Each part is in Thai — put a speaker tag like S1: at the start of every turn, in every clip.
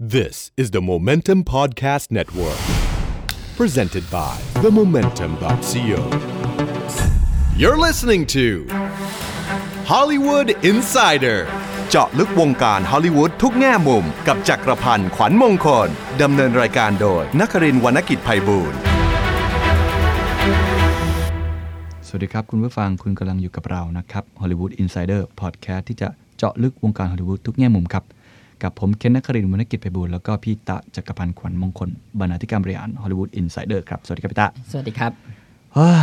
S1: This is the Momentum Podcast Network, presented by themomentum.co. You're listening to Hollywood Insider เจาะลึกวงการฮอลลีวูดทุกแง่มุม กับจักรพันธ์ขวัญมงคล ดำเนินรายการโดยนักรินทร์วรรณกิจไพบูลย์
S2: สวัสดีครับ คุณผู้ฟังคุณกำลังอยู่กับเรานะครับ Hollywood Insider Podcast ที่จะเจาะลึกวงการฮอลลีวูดทุกแง่มุมครับ กับผมเคนนักครินทร์วรรณกิจไพบูลย์แล้วก็พี่ตะจักรพันธ์ขวัญมงคล บรรณาธิการบริหาร Hollywood Insider ครับ สวัสดีครับพี่ตะ
S3: สวัสดีครับ
S2: เฮ้ย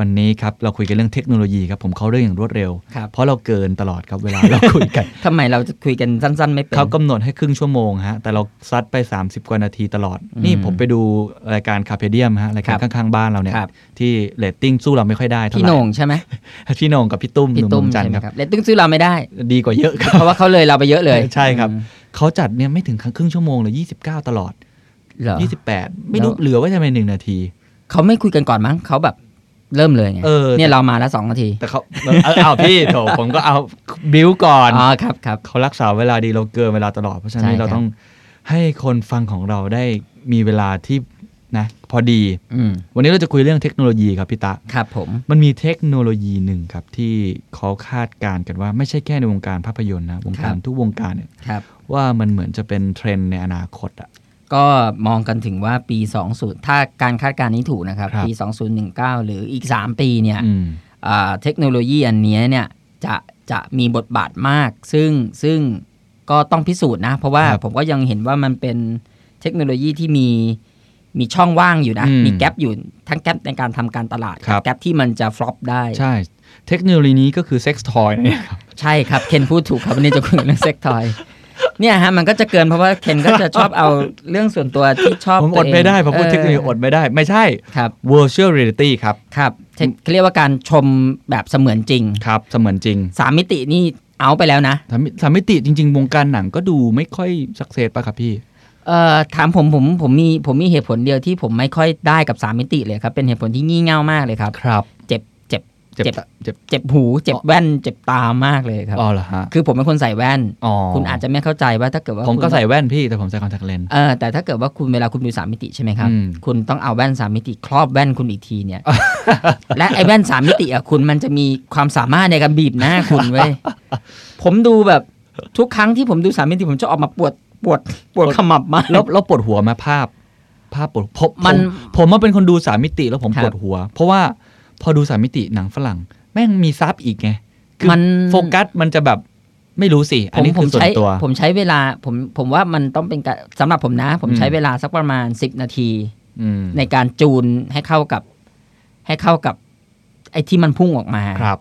S2: วันนี้ครับเราคุยกันเรื่องเทคโนโลยีครับ ผมเข้าเรื่องอย่างรวดเร็ว
S3: ครับ
S2: เพราะเราเกินตลอดครับเวลาเราคุยกัน
S3: ทำไมเราจะคุยกันสั้น ๆ ไม่เป็น
S2: เขากำหนดให้ครึ่งชั่วโมงฮะ แต่เราซัดไป 30 กว่านาทีตลอด
S3: อืม
S2: นี่ผมไปดูรายการคาเพเดียมฮะรายการ
S3: ครับ
S2: ข้างๆบ้านเราเนี่ย
S3: ครับ
S2: ที่เรตติ้งสู้เราไม่ค่อยได้เท่าไห
S3: พี่
S2: ร่
S3: โหน่งใช่ไหม
S2: พี่โหนงกับพี่ตุ้มห
S3: พี่
S2: นุ่ม
S3: ตุ้ม
S2: เมืองจันทร์
S3: ใช่ไหม
S2: ครับ
S3: ครับเลตติ้งซื้อเราไม่ได้
S2: ดีกว่าเยอะครับ
S3: เพราะว่าเขาเลยเราไปเยอะเลย
S2: ใช่ครับ
S3: อืม
S2: เขาจัดเนี่ยไม่ถึงครึ่งชั่วโมงเลย29 ตลอด
S3: เหรอ
S2: 28 ไม่รู้เหลือไว้ทำไมหนึ่งนาที
S3: เขาไม่คุยกันก่อนมั้งเขาแบบเริ่มเลยไง
S2: เออ
S3: เนี่ยเรามาแล้วสองนาที
S2: แต่เขาเออ เอาพี่โถผมก็เอาบิวก่อน
S3: อ๋อครับครับ
S2: เขารักษาเวลาดีเราเกินเวลาตลอด เพราะฉะนั้น
S3: ใช่ครับ
S2: เราต้องให้คนฟังของเราได้มีเวลาที่นะพอดี
S3: อืม
S2: วันนี้เราจะคุยเรื่องเทคโนโลยีครับพี่ตะ
S3: ครับผม
S2: มันมีเทคโนโลยีหนึ่งครับที่เขาคาดการณ์กันว่าไม่ใช่แค่ในวงการภาพยนตร์นะวงการ
S3: ครับ
S2: ทุกวงการเนี่ย
S3: ครับ
S2: ว่ามันเหมือนจะเป็นเทรนด์ในอนาคตอะ
S3: ก็มองกันถึงว่าปี 20 ถ้าการคาดการณ์นี้ถูกนะครับ
S2: ครับ
S3: ปี 2019 หรืออีก 3 ปีเนี่ย
S2: อืม
S3: อ่าเทคโนโลยีอันเนี้ยเนี่ยจะจะมีบทบาทมาก ซึ่งซึ่งก็ต้องพิสูจน์นะ เพราะว่า
S2: ครับ
S3: ผมก็ยังเห็นว่ามันเป็นเทคโนโลยีที่มีมีช่องว่างอยู่นะ
S2: อืม
S3: มีแกลบอยู่ทั้งแกลบในการทำการตลาด
S2: ครับ
S3: แกลบที่มันจะฟลอปได้
S2: ใช่ เทคโนโลยีนี้ก็คือเซ็กซ์ทอยเนี่ยครับ
S3: ใช่ครับ เคนพูดถูกครับวันนี้จะคุยเรื่องเซ็กทอยเนี่ยฮะมันก็จะเกินเพราะว่าเคนก็จะชอบเอาเรื่องส่วนตัวที่ชอบ
S2: ผมอ
S3: ตัว
S2: ด
S3: เง
S2: ไม่ได้ผมพูดเทคโนโลยีอดไม่ได้ ไม่ใช่
S3: ครับ
S2: virtual reality ครับ
S3: ครับเทคเรียกว่าการชมแบบเสมือนจริง
S2: ครับ เสมือนจริง
S3: สามมิตินี่เอาไปแล้วนะ
S2: สามมิสามมิติจริง ๆ วงการหนังก็ดูไม่ค่อยสักเซสป่ะครับพี่
S3: เอ่อถามผมผมผมมีผมมีเหตุผลเดียวที่ผมไม่ค่อยได้กับสามมิติเลยครับ เป็นเหตุผลที่งี่เง่ามากเลยครับ
S2: ครับ
S3: เจ็บเจ็บ
S2: เจ็บ
S3: เจ็บ
S2: เจ็บ
S3: เจ็บหูเจ็บ
S2: อ๋อ
S3: แว่นเจ็บตามากเลยครับ
S2: อ๋อเหรอฮะ
S3: คือผมเป็นคนใส่แว่น
S2: อ๋อ
S3: คุณอาจจะไม่เข้าใจว่าถ้าเกิดว่า
S2: ผมก็
S3: คุณ
S2: ใส่แว่นพี่แต่ผมใส่คอนแทคเลนส์
S3: เออแต่ถ้าเกิดว่าคุณเวลาคุณดูสามมิติใช่ไหมครับ
S2: อืม
S3: คุณต้องเอาแว่นสามมิติ ครอบแว่นคุณอีกทีเนี่ย และไอ้แว่นสามมิติอ่ะคุณมันจะมีความสามารถในการบีบหน้าคุณเว้ยผมดูแบบทุกครั้งที่ผมดูสามมิติผมจะออกมาปวดปวดปวดขมับมาก
S2: แล้วแล้วปวดหัวไหมาภาพ ภาพปวดผม
S3: มัน
S2: ผมผมมาเป็นคนดูสามมิติแล้วผม
S3: ครับ
S2: ปวดหัว เพราะว่าพอดูสามมิติหนังฝรั่ง แม่งมีซับอีกไงคือ
S3: มัน
S2: โฟกัสมันจะแบบไม่รู้สิอันนี้
S3: ผม
S2: คือส่ว
S3: ใช้
S2: นตัว
S3: ผมใช้เวลาผมผมว่ามันต้องเป็นการสำหรับผมนะ ผม
S2: อืม
S3: ใช้เวลาสักประมาณ 10 นาที
S2: อืม
S3: ในการจูนให้เข้ากับ ให้เข้ากับ ไอ้ที่มันพุ่งออกมา
S2: ครับ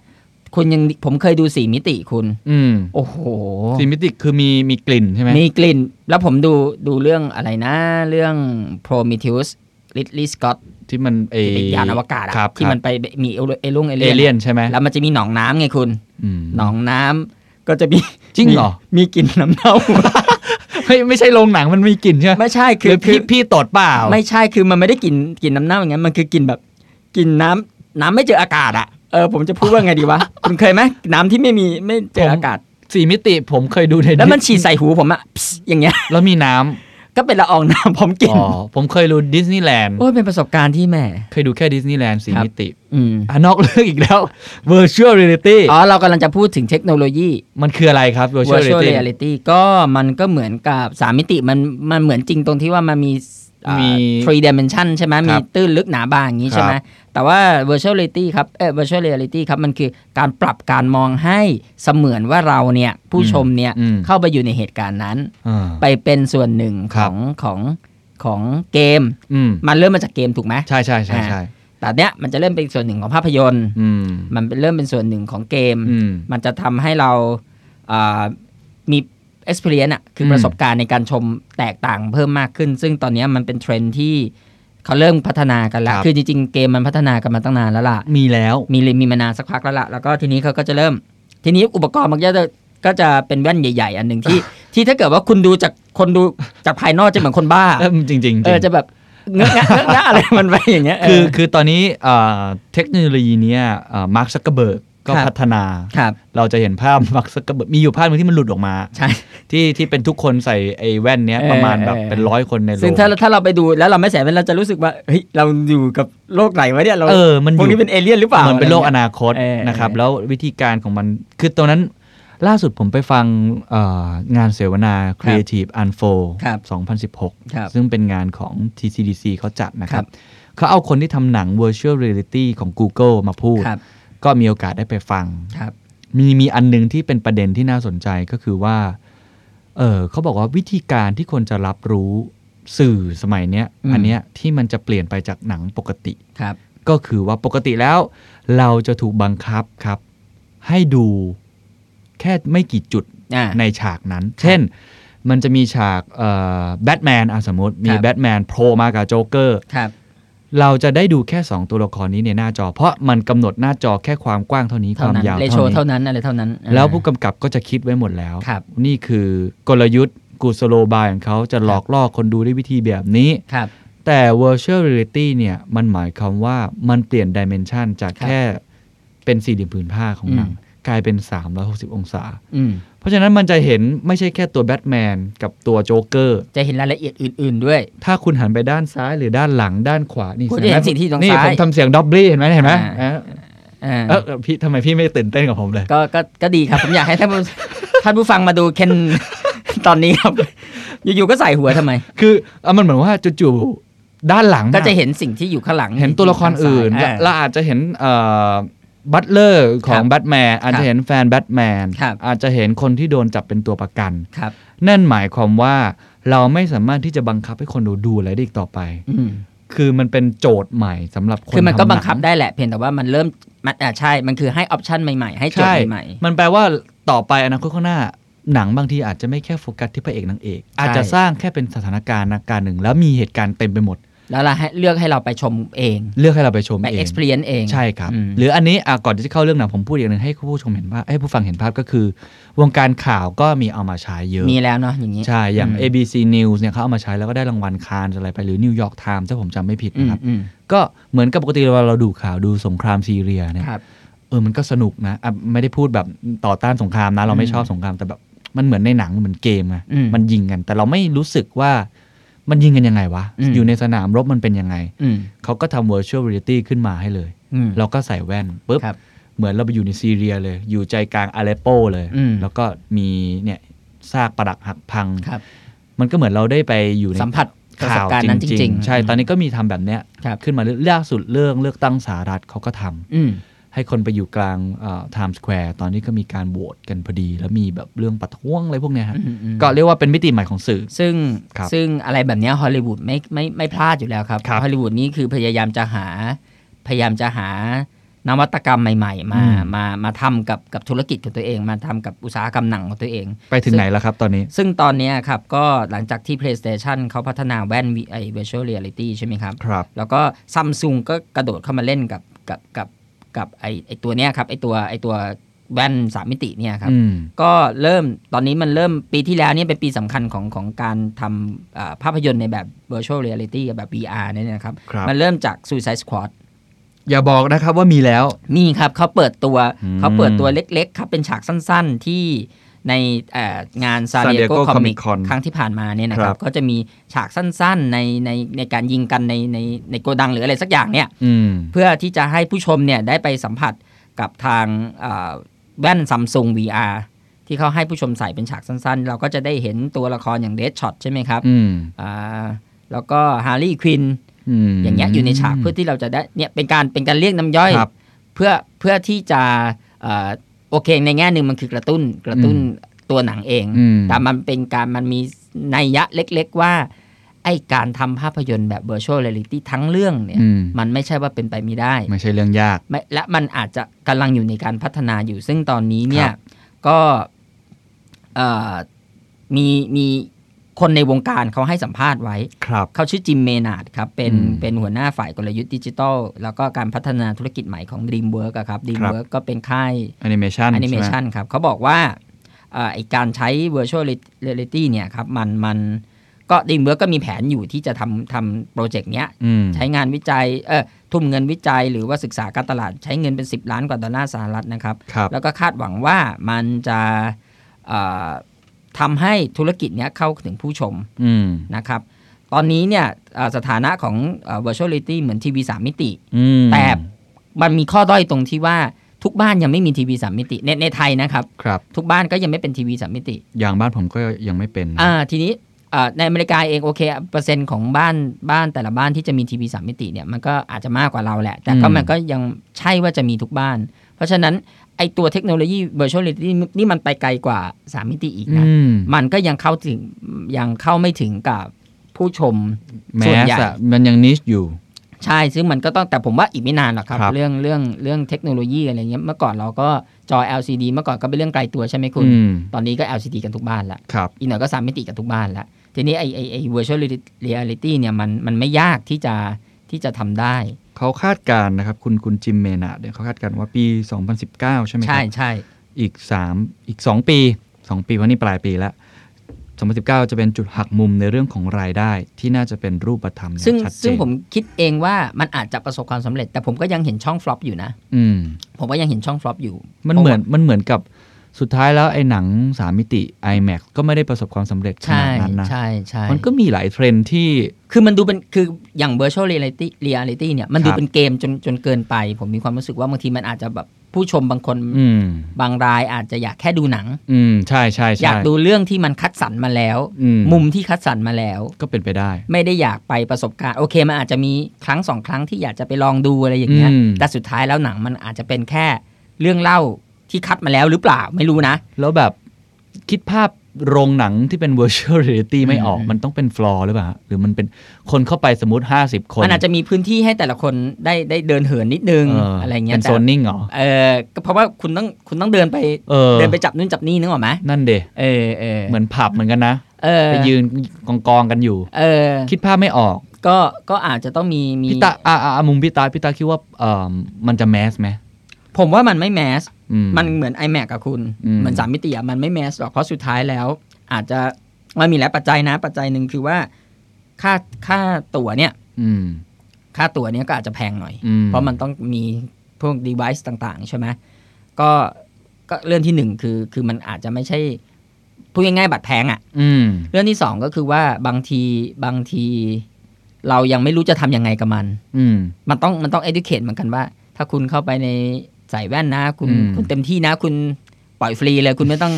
S3: คุณยังผมเคยดูสี่มิติคุณ
S2: อืม
S3: โอ้โห
S2: สี่มิติคือมีมีกลิ่นใช่ไหม
S3: มีกลิ่น แล้วผมดูดูเรื่องอะไรนะ เรื่อง Prometheus Ridley Scott
S2: ที่มันเอ
S3: ที่เป็นยานอวกาศอะ
S2: ครับ
S3: ที่มันไปมีเอลุงเอ
S2: เอเลี
S3: เลี่
S2: ย
S3: ยน
S2: นใช่ไหม
S3: แล้วมันจะมีหนองน้ำไงคุณ
S2: ม
S3: หนองน้ำก็จะมี
S2: จริงเหรอ
S3: มีมีกลิ่นน้ำเน่า
S2: เฮ้ยไม่ใช่โรงหนังมันมีกลิ่นใช่ไหม
S3: ไม่ใช่
S2: ห
S3: คื
S2: รือ อพี่พี่ตดเปล่า
S3: ไม่ใช่คือมันไม่ได้กลิ่นกลิ่นน้ำเน่าอย่างนั้นมันคือกลิ่นแบบกลิ่นน้ำน้ำไม่เจออากาศอะเออผมจะพูดว่าไง ดีวะ คุณเคยไหมน้ำที่ไม่มีไม่เจออากาศ
S2: สี่มิติผมเคยดูใน
S3: แล้วมันฉีดใส่หูผมอะ Psst อย่างเงี้ย
S2: แล้วมีน้ำ
S3: ก็เป็นละอองน้ำพร้อมกลิ่น
S2: อ๋อผมเคยดูดิสนีย์แลนด์
S3: โอ้ยเป็นประสบการณ์ที่แหม่
S2: เคยดูแค่ดิสนีย์แลนด์สี่
S3: ครับ
S2: มิติ
S3: อืม
S2: อ่ะนอกเรื่องอีกแล้ว virtual reality
S3: อ๋อเรากำลังจะพูดถึงเทคโนโลยี
S2: มันคืออะไรครับ virtual
S3: virtual
S2: reality
S3: reality ก็มันก็เหมือนกับสามมิติมันมันเหมือนจริงตรงที่ว่ามันมีอ่า
S2: มี
S3: three dimension ใช่ไหม
S2: ค
S3: มี
S2: รับ
S3: ตื้นลึกหนาบางอย่างนี้ใช่ไหม
S2: ครับ
S3: แต่ว่า virtual reality ครับเออ virtual reality ครับ มันคือการปรับการมองให้เสมือนว่าเราเนี่ยผู้ชมเนี่ย
S2: อืม
S3: เข้าไปอยู่ในเหตุการณ์นั้น
S2: อ่า
S3: ไปเป็นส่วนหนึ่ง
S2: ค
S3: ข
S2: รับ
S3: องของของเกม
S2: อืม
S3: มันเริ่มมาจากเกมถูกไหม
S2: ใช่ใช่ใช่
S3: อ่า
S2: ใช่
S3: แต่เนี้ยมันจะเริ่มเป็นส่วนหนึ่งของภาพยนตร์
S2: อืม
S3: มันเป็นเริ่มเป็นส่วนหนึ่งของเกม
S2: อืม
S3: มันจะทำให้เราอ่ามี experience อะคืออ
S2: ม
S3: ประสบการณ์ในการชมแตกต่างเพิ่มมากขึ้น ซึ่งตอนเนี้ยมันเป็นเทรนด์ที่เขาเริ่มพัฒนากันแล้ว คือจริงๆ เกมมันพัฒนากันมาตั้งนานแล้วล่ะ
S2: มีแล้ว
S3: มีเลยมีมานานสักพักแล้วล่ะ แล้วก็ทีนี้เขาก็จะเริ่ม ทีนี้อุปกรณ์มันก็จะก็จะเป็นแว่นใหญ่ ๆ อันหนึ่งที่ ที่ถ้าเกิดว่าคุณดูจากคนดูจากภายนอกจะเหมือนคนบ้า
S2: เออจริ งๆจริง
S3: เออจะแบบเงอะงะเงอะงะอะไรมันไปอย่างเงี้ยเ
S2: คือคือตอนนี้เอ่อเทคโนโลยีเนี้ยมาร์คซักเกอร์เบิร์ก ก็
S3: ครับ
S2: พัฒนา
S3: ครับ
S2: เราจะเห็นภาพมักสกเบิมีอยู่ภาพหนึงที่มันหลุดออกมา
S3: ใช่
S2: ที่ที่เป็นทุกคนใส่ไอ้แว่นเนี้ย
S3: เออ
S2: ประมาณแบบ
S3: เออ
S2: เป็นร้อยคนในโล
S3: ซึ่ง
S2: ก
S3: ถ้าถ้าเราไปดูแล้วเราไม่ใส่แว่นเราจะรู้สึกว่าเฮ้ยเราอยู่กับโลกไหนวะเนี่ยเรา
S2: เออมันอ
S3: พวก
S2: ยู่
S3: นี้เป็นเอเลี่ยนหรือเปล่า
S2: เหมือนเป็นโลก
S3: ะ
S2: อ
S3: ไรงี้ย
S2: นาคต
S3: เออเออ
S2: นะครับ แล้ววิธีการของมันคือตอนนั้นล่าสุดผมไปฟังเอ่องานเสวนา Creative Unfold
S3: ครับ
S2: 2016
S3: ครับ
S2: ซึ่งเป็นงานของ TCDC เขาจัดนะครั
S3: ครับ บ
S2: เขาเอาคนที่ทำหนัง Virtual Reality ของ Google มาพูด
S3: ครับ
S2: ก็มีโอกาสได้ไปฟัง
S3: ครับ
S2: มีมีอันหนึงที่เป็นประเด็นที่น่าสนใจก็คือว่า เออเขาบอกว่าวิธีการที่คนจะรับรู้สื่อสมัยเนี้ย
S3: อืม
S2: อันเนี้ยที่มันจะเปลี่ยนไปจากหนังปกติ
S3: ครับ
S2: ก็คือว่าปกติแล้ว เราจะถูกบังคับครับ ให้ดูแค่ไม่กี่จุด
S3: อ่า
S2: ในฉากนั้น เช่น มันจะมีฉากแบทแมนอ่ะสมมติมี
S3: ครับ
S2: แบทแมนโผล่มากับโจ๊กเกอร์
S3: ครับ
S2: เราจะได้ดูแค่ 2 ตัวละครนี้ในหน้าจอ เพราะมันกำหนดหน้าจอแค่ความกว้างเท่านี้
S3: เท่าว
S2: คาม
S3: นั้น
S2: ยาว
S3: เลโช
S2: เท่านี้
S3: เท่านั้นอะไรเท่านั้นอ่า
S2: แล้วผู้กำกับก็จะคิดไว้หมดแล้ว
S3: ครับ
S2: นี่คือกลยุทธ์กุสโลบายของเขาจะหลอกล่อคนดูด้วยวิธีแบบนี้
S3: ครับ
S2: แต่ virtual reality เนี่ย มันหมายความว่ามันเปลี่ยนดิเมนชันจาก
S3: ครับ
S2: แค่เป็นสี่เหลี่ยมผืนผ้าของหนัง
S3: อื
S2: กลายเป็น 360 องศา
S3: อืม
S2: เพราะฉะนั้นมันจะเห็นไม่ใช่แค่ตัวแบทแมนกับตัวโจ๊กเกอร์
S3: จะเห็นรายละเอียดอื่น ๆด้วย
S2: ถ้าคุณหันไปด้านซ้ายหรือด้านหลังด้านขวา นี่
S3: คุณจะเห็นสิ่งที่อยู่ตรง
S2: นี่
S3: ซ้าย
S2: ผมทำเสียงดอบบี้เห็นไหมเห็นไหม
S3: อ่า อ่า
S2: เออเออพี่ทำไมพี่ไม่ตื่นเต้นกับผมเลย
S3: ก็ก็ก็ดีครับ ผมอยากให้ท่านผู้ ท่านผู้ฟังมาดูเคน ตอนนี้ครับ อยู่ๆก็ใส่หัวทำไม
S2: คือเอามันเหมือนว่าจู่ๆด้านหลัง
S3: ก็
S2: น่
S3: จะเห็นสิ่งที่อยู่ข้างหลัง
S2: เห็นตัวละครอื่น
S3: ข้างซ้าย
S2: เราอาจจะเห็นเอ่อบัตเลอร์ของ
S3: ครับ
S2: แบทแมนอาจจะเห็นแฟนแบทแมน
S3: ครับ
S2: อาจจะเห็นคนที่โดนจับเป็นตัวประกัน
S3: ครับ
S2: นั่นหมายความว่าเราไม่สามารถที่จะบังคับให้คนดูดูอะไรได้อีกต่อไป
S3: อืม
S2: คือมันเป็นโจทย์ใหม่สำหรับคน
S3: คือมันก็
S2: ทำห
S3: บังคับได้แหละ เพียงแต่ว่ามันเริ่มมันอ่าใช่ มันคือให้ออปชันใหม่ ๆ ให้โจท
S2: ใช่
S3: ย์ใหม่
S2: มันแปลว่าต่อไปอนาคตข้างหน้า หนังบางทีอาจจะไม่แค่โฟกัสที่พระเอกนางเอก อาจจะสร้างแค่เป็นสถานการณ์การหนึ่ง แล้วมีเหตุการณ์เต็มไปหมด
S3: ๆ แล้วเราให้เลือกให้เราไปชมเอง
S2: เลือกให้เราไปชม
S3: ไป
S2: เอง
S3: experience เอง
S2: ใช่ครับ
S3: อืม
S2: หรืออันนี้อ่ะก่อนที่จะเข้าเรื่องหนังผมพูดอีกอย่างหนึ่งให้ผู้ชมเห็นภาพให้ผู้ฟังเห็นภาพก็คือ วงการข่าวก็มีเอามาใช้เยอะ
S3: มีแล้วเนาะอย่างนี้
S2: ใช่ อย่าง
S3: อืม
S2: ABC News เนี่ยเขาเอามาใช้แล้วก็ได้รางวัลคานอะไรไปหรือ New York Times ถ้าผมจำไม่ผิด
S3: อืม
S2: นะครับ
S3: อืม
S2: ก็เหมือนกับปกติเวลาเราดูข่าวดูสงครามซีเรียเนี่ย
S3: ครับ
S2: เออมันก็สนุกนะอ่ะไม่ได้พูดแบบต่อต้านสงครามนะเราไม่
S3: อืม
S2: ชอบสงครามแต่แบบมันเหมือนในหนังมันเหมือนเกมไง
S3: อืม
S2: มันยิงกัน แต่เราไม่รู้สึกว่ามันยิงกันยังไงวะ
S3: อืม
S2: อยู่ในสนามรบมันเป็นยังไง
S3: อืม
S2: เขาก็ทำ virtual reality ขึ้นมาให้เลย
S3: อืม
S2: เราก็ใส่แว่นปุ๊บ
S3: ครับ
S2: เหมือนเราไปอยู่ในซีเรียเลย อยู่ใจกลางอาเลปโปเลย
S3: อืม
S2: แล้วก็มีเนี่ยซากปรักหักพัง
S3: ครับ
S2: มันก็เหมือนเราได้ไปอยู่ใน
S3: สัมผัสประสบ
S2: ข่าว
S3: การณ์นั้นจริง ๆ
S2: ใช่ตอนนี้ก็มีทำแบบเนี้ย
S3: ครับ
S2: ขึ้นมาเรื่อยล่าสุดเรื่องเลือกตั้งสหรัฐเขาก็ทำ
S3: อืม
S2: ให้คนไปอยู่กลางไทม์สแควร์ตอนนี้ก็มีการโหวตกันพอดี แล้วมีแบบเรื่องประท้วงอะไรพวกเนี้ยฮะ
S3: อืมอืม
S2: ก็เรียกว่าเป็นมิติใหม่ของสื่อ
S3: ซึ่ง
S2: ครับ
S3: ซึ่งอะไรแบบเนี้ยฮอลลีวูดไม่ไม่ไม่พลาดอยู่แล้วครับ
S2: ครับ
S3: ฮอลลีวูดนี่คือพยายามจะหา พยายามจะหานวัตกรรมใหม่ ๆ มา
S2: อืม
S3: มามาทำกับกับธุรกิจของตัวเอง มาทำกับอุตสาหกรรมหนังของตัวเอง
S2: ไปถึงไหนแล้วครับตอนนี้
S3: ซึ่งตอนเนี้ยครับ ก็หลังจากที่ PlayStation เขาพัฒนาแว่น V- ไอ้ Virtual Reality ใช่ไหมครับ
S2: ครับ
S3: แล้วก็ซัมซุงก็กระโดดเข้ามาเล่นกับกับกับกับไอไอตัวเนี้ยครับไอตัวไอตัวแว่นสามมิติเนี่ยครับ
S2: อืม
S3: ก็เริ่มตอนนี้มันเริ่มปีที่แล้วเนี่ยเป็นปีสำคัญของของการทำอ่าภาพยนตร์ในแบบ virtual reality กับแบบ VR เนี่ยนะครับ
S2: ครับ
S3: มันเริ่มจาก Suicide Squad
S2: อย่าบอกนะครับว่ามีแล้ว
S3: นี่ครับเขาเปิดตัว
S2: อืม
S3: เขาเปิดตัวเล็กๆครับ เป็นฉากสั้นๆที่ในเอ่องาน San
S2: San Diego
S3: Diego
S2: Comic
S3: Comic
S2: Con
S3: Con ครั้งที่ผ่านมาเนี่ยนะค
S2: ครั
S3: รับ บ ก็จะมีฉากสั้นๆในในในการยิงกันในในในโกดังหรืออะไรสักอย่างเนี่ย
S2: อืม
S3: เพื่อที่จะให้ผู้ชมเนี่ยได้ไปสัมผัสกับทางเอ่อแว่นซัมซุง VR ที่เขาให้ผู้ชมใส่เป็นฉากสั้นๆ เราก็จะได้เห็นตัวละครอย่างเดชช็อตใช่ไหมครับ
S2: อืม
S3: อ่าแล้วก็ฮาร์ e y ควิน
S2: ม
S3: อย่างเงี้ยอยู่ในฉากเพื่อที่เราจะได้เนี่ยเป็นการเป็นการเรียกน้ำย่อย
S2: ครับ
S3: เพื่อเพื่อที่จะเอ่อโอเคในแง่หนึ่งมันคือกระตุ้นกระตุ้นตัวหนังเอง
S2: อืม
S3: แต่มันเป็นการมันมีนัยยะเล็กๆว่า ไอการทำภาพยนตร์แบบ virtual reality ทั้งเรื่องเนี่ย
S2: อืม
S3: มันไม่ใช่ว่าเป็นไปไม่ได้
S2: ไม่ใช่เรื่องยาก
S3: ไม่และมันอาจจะกำลังอยู่ในการพัฒนาอยู่ ซึ่งตอนนี้
S2: ค
S3: เนี่ย
S2: รับ
S3: ก็เอ่อมีมีคนในวงการเขาให้สัมภาษณ์ไว้
S2: ครับ
S3: เขาชื่อจิมเมนาดครับ เป็น
S2: อืม
S3: เป็นหัวหน้าฝ่ายกลยุทธ์ดิจิทัล แล้วก็การพัฒนาธุรกิจใหม่ของ DreamWorks อะครับ DreamWorks ก็เป็นค่าย
S2: แอนิเมชัน
S3: แอนิเมชันครับเขาบอกว่าเอ่อไอการใช้ virtual reality เนี่ยครับมันมัน ก็ดิมเวิร์กก็มีแผนอยู่ที่จะทำทำโปรเจกต์เนี้ย
S2: อืม
S3: ใช้งานวิจัยเออทุ่มเงินวิจัยหรือว่าศึกษาการตลาดใช้เงินเป็น 10 ล้านกว่าดอลลาร์สหรัฐนะครับ
S2: ครับ
S3: แล้วก็คาดหวังว่ามันจะเอ่อทำให้ธุรกิจเนี้ยเข้าถึงผู้ชม
S2: อืม
S3: นะครับ ตอนนี้เนี่ยเอ่อสถานะของเอ่อ virtual reality เหมือนทีวีสามมิติ
S2: อืม
S3: แต่มันมีข้อด้อยตรงที่ว่าทุกบ้านยังไม่มีทีวีสามมิติในในไทยนะครับ
S2: ครับ
S3: ทุกบ้านก็ยังไม่เป็นทีวีสามมิติ
S2: อย่างบ้านผมก็ยังไม่เป็นนะ
S3: อ่าทีนี้อ่าในอเมริกาเองโอเคเปอร์เซ็นต์ของบ้านบ้านแต่ละบ้านที่จะมีทีวีสามมิติเนี่ยมันก็อาจจะมากกว่าเราแหละ แต่ก็มันก็ยังใช่ว่าจะมีทุกบ้าน เพราะฉะนั้นไอตัวเทคโนโลยี virtual reality นี่นี่มันไปไกลกว่า 3 มิติอีกนะ
S2: อืม
S3: มันก็ยังเข้าถึงยังเข้าไม่ถึงกับผู้ชม
S2: แม
S3: ส่วน
S2: ส
S3: ใหญ่
S2: อะมันยังนิชอยู่
S3: ใช่ซึ่งมันก็ต้องแต่ผมว่าอีกไม่นานหรอกครับ
S2: ครับ
S3: เรื่องเรื่องเรื่องเทคโนโลยีอะไรเงี้ยเมื่อก่อนเราก็จอ LCD เมื่อก่อนก็เป็นเรื่องไกลตัวใช่ไหมคุณ
S2: อืม
S3: ตอนนี้ก็ LCD กันทุกบ้านละ
S2: ครับ
S3: อีกหน่อยก็สามมิติกับทุกบ้านแล้ว ทีนี้ไอไอไอ virtual reality เนี่ยมันมันไม่ยากที่จะที่จะทำได้
S2: เขาคาดการณ์นะครับ คุณคุณจิมเมนาร์ดเนี่ยเขาคาดการณ์ว่าปี 2019 ใช่ไหมค
S3: ใช่
S2: รับ
S3: ใช่
S2: อีก 3 อีก 2 ปี 2 ปีเพราะนี่ปลายปีแล้ว2019 จะเป็นจุดหักมุมในเรื่องของรายได้ที่น่าจะเป็นรูปธรรมอย่าง
S3: ซึ่ง
S2: ชัดเจน
S3: ซึ่งผมคิดเองว่ามันอาจจะประสบความสำเร็จ แต่ผมก็ยังเห็นช่องฟลอปอยู่นะ
S2: อืม
S3: ผมก็ยังเห็นช่องฟลอปอยู่
S2: มันเหมือนมันเหมือนกับสุดท้ายแล้วไอ้หนังสามมิติ IMAX ก็ไม่ได้ประสบความสำเร็จข
S3: ใช่
S2: นาดนั้นนะ
S3: ใช่ใช่
S2: มันก็มีหลายเทรนด์ที่
S3: คือมันดูเป็นคืออย่าง virtual reality reality เนี่ยมันดู
S2: ครับ
S3: เป็นเกมจนจนเกินไป ผมมีความรู้สึกว่าบางทีมันอาจจะแบบผู้ชมบางคน
S2: อืม
S3: บางรายอาจจะอยากแค่ดูหนัง
S2: อืม ใช่ใช่ใช่
S3: อยากดูเรื่องที่มันคัดสรรมาแล้ว
S2: อืม
S3: มุมที่คัดสรรมาแล้ว
S2: ก็เป็นไปได้
S3: ไม่ได้อยากไปประสบการณ์ โอเคมันอาจจะมีครั้งสองครั้งที่อยากจะไปลองดูอะไรอย่างเงี้ย
S2: อืม
S3: แต่สุดท้ายแล้วหนังมันอาจจะเป็นแค่เรื่องเล่าที่คัดมาแล้วหรือเปล่าไม่รู้นะ
S2: แล้วแบบคิดภาพโรงหนังที่เป็น virtual reality ไม่ออก
S3: อืม
S2: มันต้องเป็นฟลอร์หรือเปล่าฮะหรือมันเป็นคนเข้าไปสมมติ 50 คน
S3: มันอาจจะมีพื้นที่ให้แต่ละคนได้ได้เดินเหินนิดนึง
S2: เ
S3: อะไรเงี้ย
S2: เป็นโซนนิ่งเหรอ
S3: เออก็เพราะว่าคุณต้องคุณต้องเดินไป
S2: เออ
S3: นไปจับนู่นจับนี่นึกออกไหม
S2: นั่นเด
S3: เออเออ
S2: เหมือนผับเหมือนกันนะ
S3: เออ
S2: ไปยืนกองกองๆกันอยู่
S3: เออ
S2: คิดภาพไม่ออก
S3: ก็ก็อาจจะต้องมีมี
S2: พี่ตาอ่าอ่ามุมพี่ตาพี่ตาคิดว่าเออมันจะแมสไหม
S3: ผมว่ามันไม่แมส
S2: อื
S3: มันเหมือน iMac กับคุณ
S2: อืม
S3: เหมือนสามมิติอะมันไม่แมสหรอกเพราะสุดท้ายแล้ว อาจจะมันมีหลายปัจจัยนะ ปัจจัยหนึ่งคือว่า ค่าค่าตั๋วเนี่ย
S2: อืม
S3: ค่าตั๋วเนี่ยก็อาจจะแพงหน่อย
S2: อื
S3: เพราะมันต้องมีพวก device ต่าง ๆ ใช่ไหมก็ก็เรื่องที่หนึ่งคือคือมันอาจจะไม่ใช่พูดง่ายๆบัตรแพงอะ
S2: อืม
S3: เรื่องที่สองก็คือว่าบางทีบางที เรายังไม่รู้จะทำยังไงกับมัน
S2: อืม
S3: มันต้องมันต้อง educate เหมือนกันว่า ถ้าคุณเข้าไปในใส่แว่นนะ คุณ
S2: อืม
S3: คุณเต็มที่นะ คุณปล่อยฟรีเลยคุณไม่ต้อง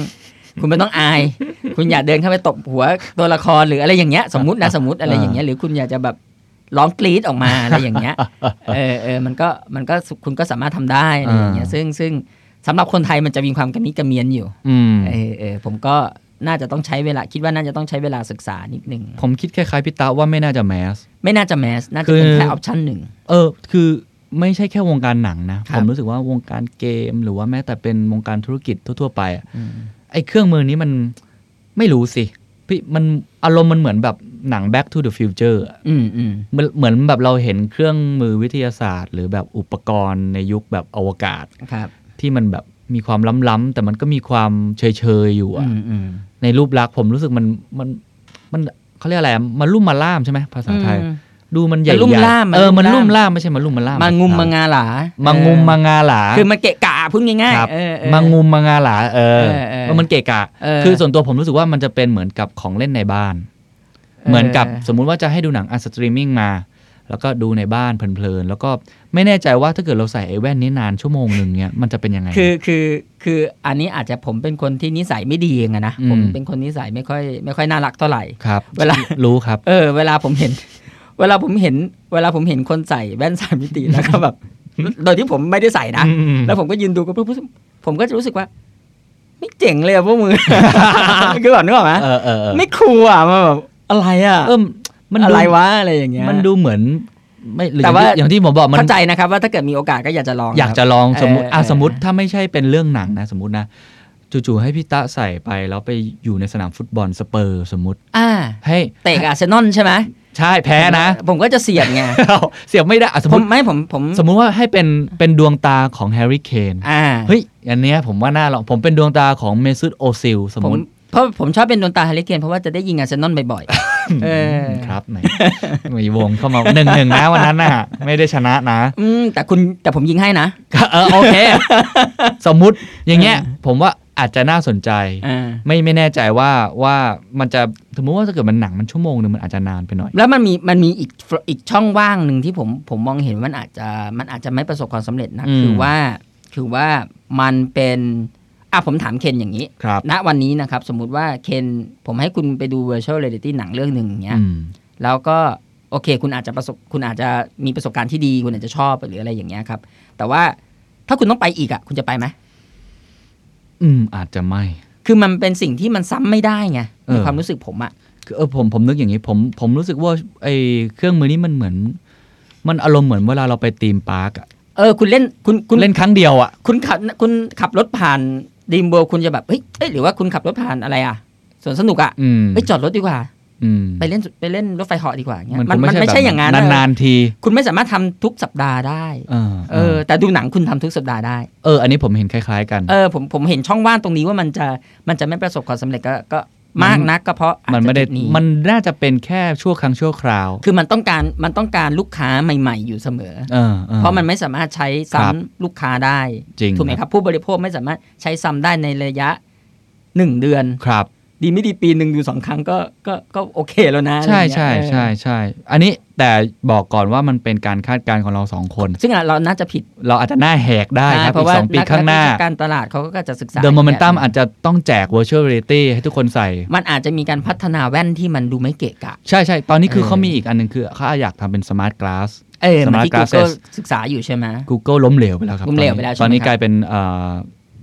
S3: คุณไม่ต้องอาย คุณอย่าเดินเข้าไปตบหัวตัวละครหรืออะไรอย่างเงี้ยสมมตินะสมมติอะไรอย่างเงี้ยหรือคุณอยากจะแบบร้องกรี๊ดออกมาอะไรอย่างเงี้ยเออเออมันก็มันก็คุณก็สามารถทำได้อะไรอย่างเงี้ยซึ่งซึ่งสำหรับคนไทยมันจะมีความกระมิดกระเมียนอยู่
S2: อืม
S3: เออเออผมก็น่าจะต้องใช้เวลาคิดว่าน่าจะต้องใช้เวลาศึกษานิดนึง
S2: ผมคิดคล้ายๆพี่ตาว่าไม่น่าจะแมส
S3: ไม่น่าจะแมสน่าจะเป็
S2: คื
S3: น
S2: อ
S3: แค่ออปชั่นหนึ่ง
S2: เออ คือไม่ใช่แค่วงการหนังนะ
S3: ครั
S2: ผ
S3: บ
S2: มรู้สึกว่าวงการเกม หรือว่าแม้แต่เป็นวงการธุรกิจทั่วๆไปอะ
S3: อืม
S2: ไอ้เครื่องมือนี้มันไม่รู้สิ พี่มันอารมณ์มันเหมือนแบบหนัง Back to the Future อะ
S3: อืมอืม
S2: เหมือนเหมือนแบบเราเห็นเครื่องมือวิทยาศาสตร์ หรือแบบอุปกรณ์ในยุคแบบอวกาศ
S3: ครับ
S2: ที่มันแบบมีความล้ำๆแต่มันก็มีความเฉยๆอยู่อะ
S3: อืมอืม
S2: ในรูปลักษณ์ผมรู้สึกมันมันมันเขาเรียกอะไรอะมันลุ่มมาล่ามใช่ไหมภาษาไทย
S3: อืม
S2: ดูมันใหญ่
S3: มันลุ่มล่าม
S2: เออ
S3: มั
S2: มันน
S3: ลุ่
S2: ลุ่
S3: ม
S2: ม
S3: ล่าม
S2: ล่ามไม่ใช่ มันลุ่มมันล่าม
S3: มางุม
S2: ครับ
S3: มางาหลาม
S2: างุม
S3: เออ
S2: มางาหลา
S3: คือมันเกะกะพูดง่าย
S2: ครับ
S3: ๆเออเออ
S2: มางุมมางาหลาเออ
S3: เออเออ
S2: เออมันเกะกะ
S3: เออ
S2: คือส่วนตัวผมรู้สึกว่ามันจะเป็นเหมือนกับของเล่นในบ้าน
S3: ออ
S2: เหมือนกับสมมุติว่าจะให้ดูหนังอัสตรีมมิ่งมา แล้วก็ดูในบ้านเพลินๆแล้วก็ไม่แน่ใจว่าถ้าเกิดเราใส่ไอ้แว่นนี้นานชั่วโมงหนึ่งเนี่ยมันจะเป็นยังไง
S3: คือคือคืออันนี้อาจจะผมเป็นคนที่นิสัยไม่ดีเองอะนะ
S2: อืม
S3: ผมเป็นคนนิสัยไม่ค่อยไม่ค่อยน่ารักเท่าไหร่
S2: ครับ
S3: เว ลา
S2: รู้ครับ
S3: เออ เวลาผมเห็น เวลาผมเห็น เวลาผมเห็นคนใส่แว่นสามมิติแล้วก็แบบ โดยที่ผมไม่ได้ใส่นะ
S2: อืม
S3: แล้วผมก็ยืนดูก็ปุ๊บผมก็จะรู้สึกว่า ไม่เจ๋งเลยอะพวกมึง คือแบบนึกออกไหม
S2: เออเออเออ
S3: ไม่คูลอะมันแบบอะไรอะ
S2: เออมันดู
S3: อะไรวะอะไรอย่างเงี้ย
S2: มันดูเหมือนไม่หรือ
S3: แต่ว่า
S2: อย่างที่ผมบอกมัน
S3: เข้าใจนะครับว่าถ้าเกิดมีโอกาสก็อยากจะลอง
S2: อยาก
S3: ค
S2: จะ
S3: รับ
S2: ลองสมมติ
S3: เอออ่
S2: อ่ะ
S3: เออ
S2: สมมติถ้าไม่ใช่เป็นเรื่องหนังนะ สมมตินะจู่ๆให้พี่ตะใส่ไปแล้วไปอยู่ในสนามฟุตบอลสเปอร์สมมติ
S3: อ่า
S2: ให้
S3: เตะกับอาร์เซนอลใช่ไหม
S2: ใช่แพ้นะ
S3: ผมก็จะเสียบไง
S2: เอาเสียบไม่ได้อ่ะสม
S3: ผม ม
S2: ติ
S3: ไม่ผมผม
S2: สมมุติว่าให้เป็นเป็นดวงตาของแฮร์รี่เคน
S3: อ่า
S2: เฮ้ยอันเนี้ยผมว่าน่าลองผมเป็นดวงตาของเมซุตโอซิลสม
S3: ผม
S2: มติ
S3: เพราะผมชอบเป็นดวงตาฮาริเคนเพราะว่าจะได้ยิงอาร์เซนอลบ่อยๆเออ
S2: ครับแหมมีวงเข้ามาหนึ่งหนึ่งนะวันนั้นน่ะ ไม่ได้ชนะนะ
S3: อืมแต่คุณแต่ผมยิงให้นะ
S2: เออโอเค สมมุติอย่างเงี้ย ผมว่าอาจจะน่าสนใจ
S3: อ่า
S2: ไม่ไม่แน่ใจว่าว่ามันจะสมมติว่าถ้าเกิดมันหนังมันชั่วโมงหนึ่งมันอาจจะนานไปหน่อย
S3: แล้วมันมีมันมีอีกฟลอีกช่องว่างหนึ่งที่ผมผมมองเห็นว่ามันอาจจะมันอาจจะไม่ประสบความสำเร็จนะ
S2: อืม
S3: คือว่าคือว่ามันเป็นอ่ะผมถามเคนอย่างนี้
S2: ครับ
S3: ณวันนี้นะครับ สมมุติว่าเคนผมให้คุณไปดู virtual reality หนังเรื่องหนึ่งอย่างเงี้ย
S2: อืม
S3: แล้วก็โอเค คุณอาจจะประสบคุณอาจจะมีประสบการณ์ที่ดี คุณอาจจะชอบหรืออะไรอย่างเงี้ยครับ แต่ว่าถ้าคุณต้องไปอีกอ่ะคุณจะไปไหม
S2: อืมอาจจะไม่
S3: คือมันเป็นสิ่งที่มันซ้ำไม่ได้ไง
S2: เอ
S3: ใน
S2: อ
S3: ความรู้สึกผมอ่ะ
S2: คือเออผมผมนึกอย่างนี้ผมผมรู้สึกว่าไอเครื่องมือนี้มันเหมือน มันอารมณ์เหมือนเวลาเราไปธีมพาร์คอะ
S3: เออ คุณเล่นคุณคุณ
S2: เล่นครั้งเดียวอะ
S3: คุณขับคุณขับรถผ่านดีมเบลคุณจะแบบเฮ้ยเอ้ยหรือว่าคุณขับรถผ่านอะไรอ่ะสวนสนุกอ่ะ
S2: อืม
S3: ไปจอดรถดีกว่า
S2: อืม
S3: ไปเล่นไปเล่นรถไฟเหาะดีกว่าเงี้ย
S2: คง
S3: มันไม่ใช่อย่าง
S2: นั้
S3: นั้น
S2: นนานๆที
S3: คุณไม่สามารถทำทุกสัปดาห์ได้
S2: เออ
S3: เออ แต่ดูหนังคุณทำทุกสัปดาห์ได้
S2: เออ อันนี้ผมเห็นคล้าย ๆ กัน
S3: เออผมผมเห็นช่องว่างตรงนี้ว่ามันจะมันจะไม่ประสบความสำเร็จก็ก็มากนักก็เพราะอาจ
S2: มันไม่ได้
S3: จะจุนี้
S2: มันน่าจะเป็นแค่ชั่วครั้งชั่วคราว
S3: คือมันต้องการมันต้องการลูกค้าใหม่ ๆ อยู่เสมอ
S2: เออออ
S3: เพราะมันไม่สามารถใช้
S2: ค
S3: ซ้ำ
S2: รับ
S3: ลูกค้าได้
S2: จริง
S3: ถูกไหมครับผู้บริโภคไม่สามารถใช้ซ้ำได้ในระยะหนึ่งเดือน
S2: ครับ
S3: ดีไม่ดีปีหนึ่งดูสองครั้งก็ก็ก็โอเคแล้วนะ
S2: ใช่
S3: อะไรเงี้ย
S2: ใช่
S3: เออ
S2: ใช่ใช่อันนี้แต่บอกก่อนว่ามันเป็นการคาดการณ์ของเราสองคน
S3: ซึ่งอ่ะเราน่าจะผิด
S2: เราอาจจะหน้าแหกได้ครับ
S3: เพ
S2: อี
S3: ราะ
S2: ก
S3: ว่า
S2: สองปี
S3: นัก
S2: ข้างหน้า
S3: กวิชการตลาดเขาก็จะศึกษา
S2: The Momentum
S3: แบบ
S2: อาจจะต้องแจก Virtual Reality ให้ทุกคนใส่
S3: มันอาจจะมีการพัฒนาแว่นที่มันดูไม่เกะกะ
S2: ใช่ใช่ตอนนี้คือ
S3: เออ
S2: เขามีอีกอันหนึงคือเขาอยากทำเป็น Smart Glass
S3: เออเหมันที่
S2: Smart
S3: Google
S2: glasses
S3: ศึกษาอยู่ใช่ไหม
S2: Google ล้มเหลวไปแล้วครับ
S3: ล้มเหลวไปแล้วใช่
S2: ตอนนี้
S3: ไหม
S2: ตอนนี้
S3: ค
S2: ก
S3: รับ
S2: ลายเป็นเอ่อ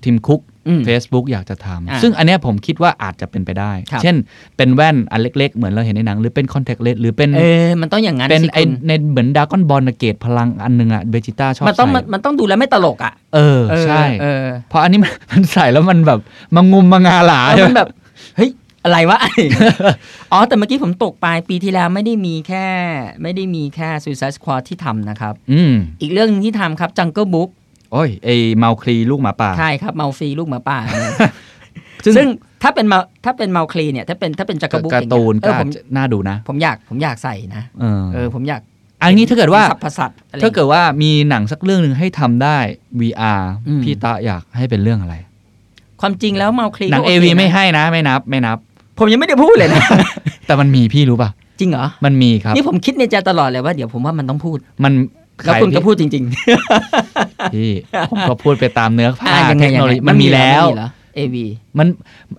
S2: ทีมคุก
S3: อืม
S2: Facebook อยากจะท
S3: อ่า
S2: ำซึ่งอันเนี้ยผมคิดว่าอาจจะเป็นไปได้
S3: ครับ
S2: เช่นเป็นแว่นอันเล็ก ๆ เหมือนเราเห็นในหนัง หรือเป็น Contact Lens หรือเป็น
S3: เออมันต้องอย่างนั้น
S2: เป็น
S3: สิ
S2: ไอ
S3: คุณ
S2: ในเหมือนดากอนบอลเกตพลังอันหนึ่งอะเบจิต้าชอบ
S3: มันต้องมัน
S2: ใส่
S3: มันต้องดูแล้วไม่ตลกอ่ะ
S2: เออ
S3: เออ
S2: ใช่
S3: เออ
S2: เพราะอันนี้ มัน มันใส่แล้วมันแบบมังงุมมังงาหลา
S3: เออ
S2: ใช่
S3: มัน
S2: ไหม
S3: แบบเฮ้ยอะไรวะ อ๋อ แต่เมื่อกี้ผมตกไปปีที่แล้วไม่ได้มีแค่ ไม่ได้มีแค่ Suicide Squad ที่ทำนะครับ
S2: อืม
S3: อีกเรื่องหนึงที่ทำครับ Jungle Book
S2: โอ้ยไอเมาคลีลูกหมาป่า
S3: ใช่ครับเมาฟรีลูกหมาป่า เนี่ย
S2: ซึ่ง
S3: ซึ่งถ้าเป็นเมาถ้าเป็นเมาคลีเนี่ย ถ้าเป็นถ้าเป็นจักรบุก
S2: การ์ตูน
S3: อย่างเงี้ยเอ
S2: ก็
S3: อผม
S2: อาจจะน่าดูนะ
S3: ผมอยากผมอยากใส่นะ
S2: เออ
S3: เออผมอยาก
S2: อันนี้ถ้าเกิดว่า
S3: สัพพสัตว์อะไร
S2: ถ้าเกิดว่ามีหนังสักเรื่องหนึ่งให้ทำได้ VR
S3: อืม
S2: พี่ตะอยากให้เป็นเรื่องอะไร
S3: ความจริงแล้วเมาคลี
S2: หนัง
S3: ก็โค
S2: AV
S3: นะ
S2: ไม่ให้นะไม่นับไม่นับ
S3: ผมยังไม่ได้พูดเลยนะ
S2: แต่มันมีพี่รู้ป่ะ
S3: จริงเหรอ
S2: มันมีครับ
S3: นี่ผมคิดในใจตลอดเลยว่าเดี๋ยวผมว่ามันต้องพูด
S2: มัน
S3: แล้ว
S2: ขาย
S3: คุณก็
S2: พี่
S3: พูดจริง
S2: พี่ ผมก็พูดไปตามเนื้อ
S3: ๆ
S2: ผ้า
S3: อ่ายังไง
S2: เทค
S3: ยัง
S2: โนโล
S3: ไง
S2: ยีมันมีแล้ว
S3: เอวี
S2: มัน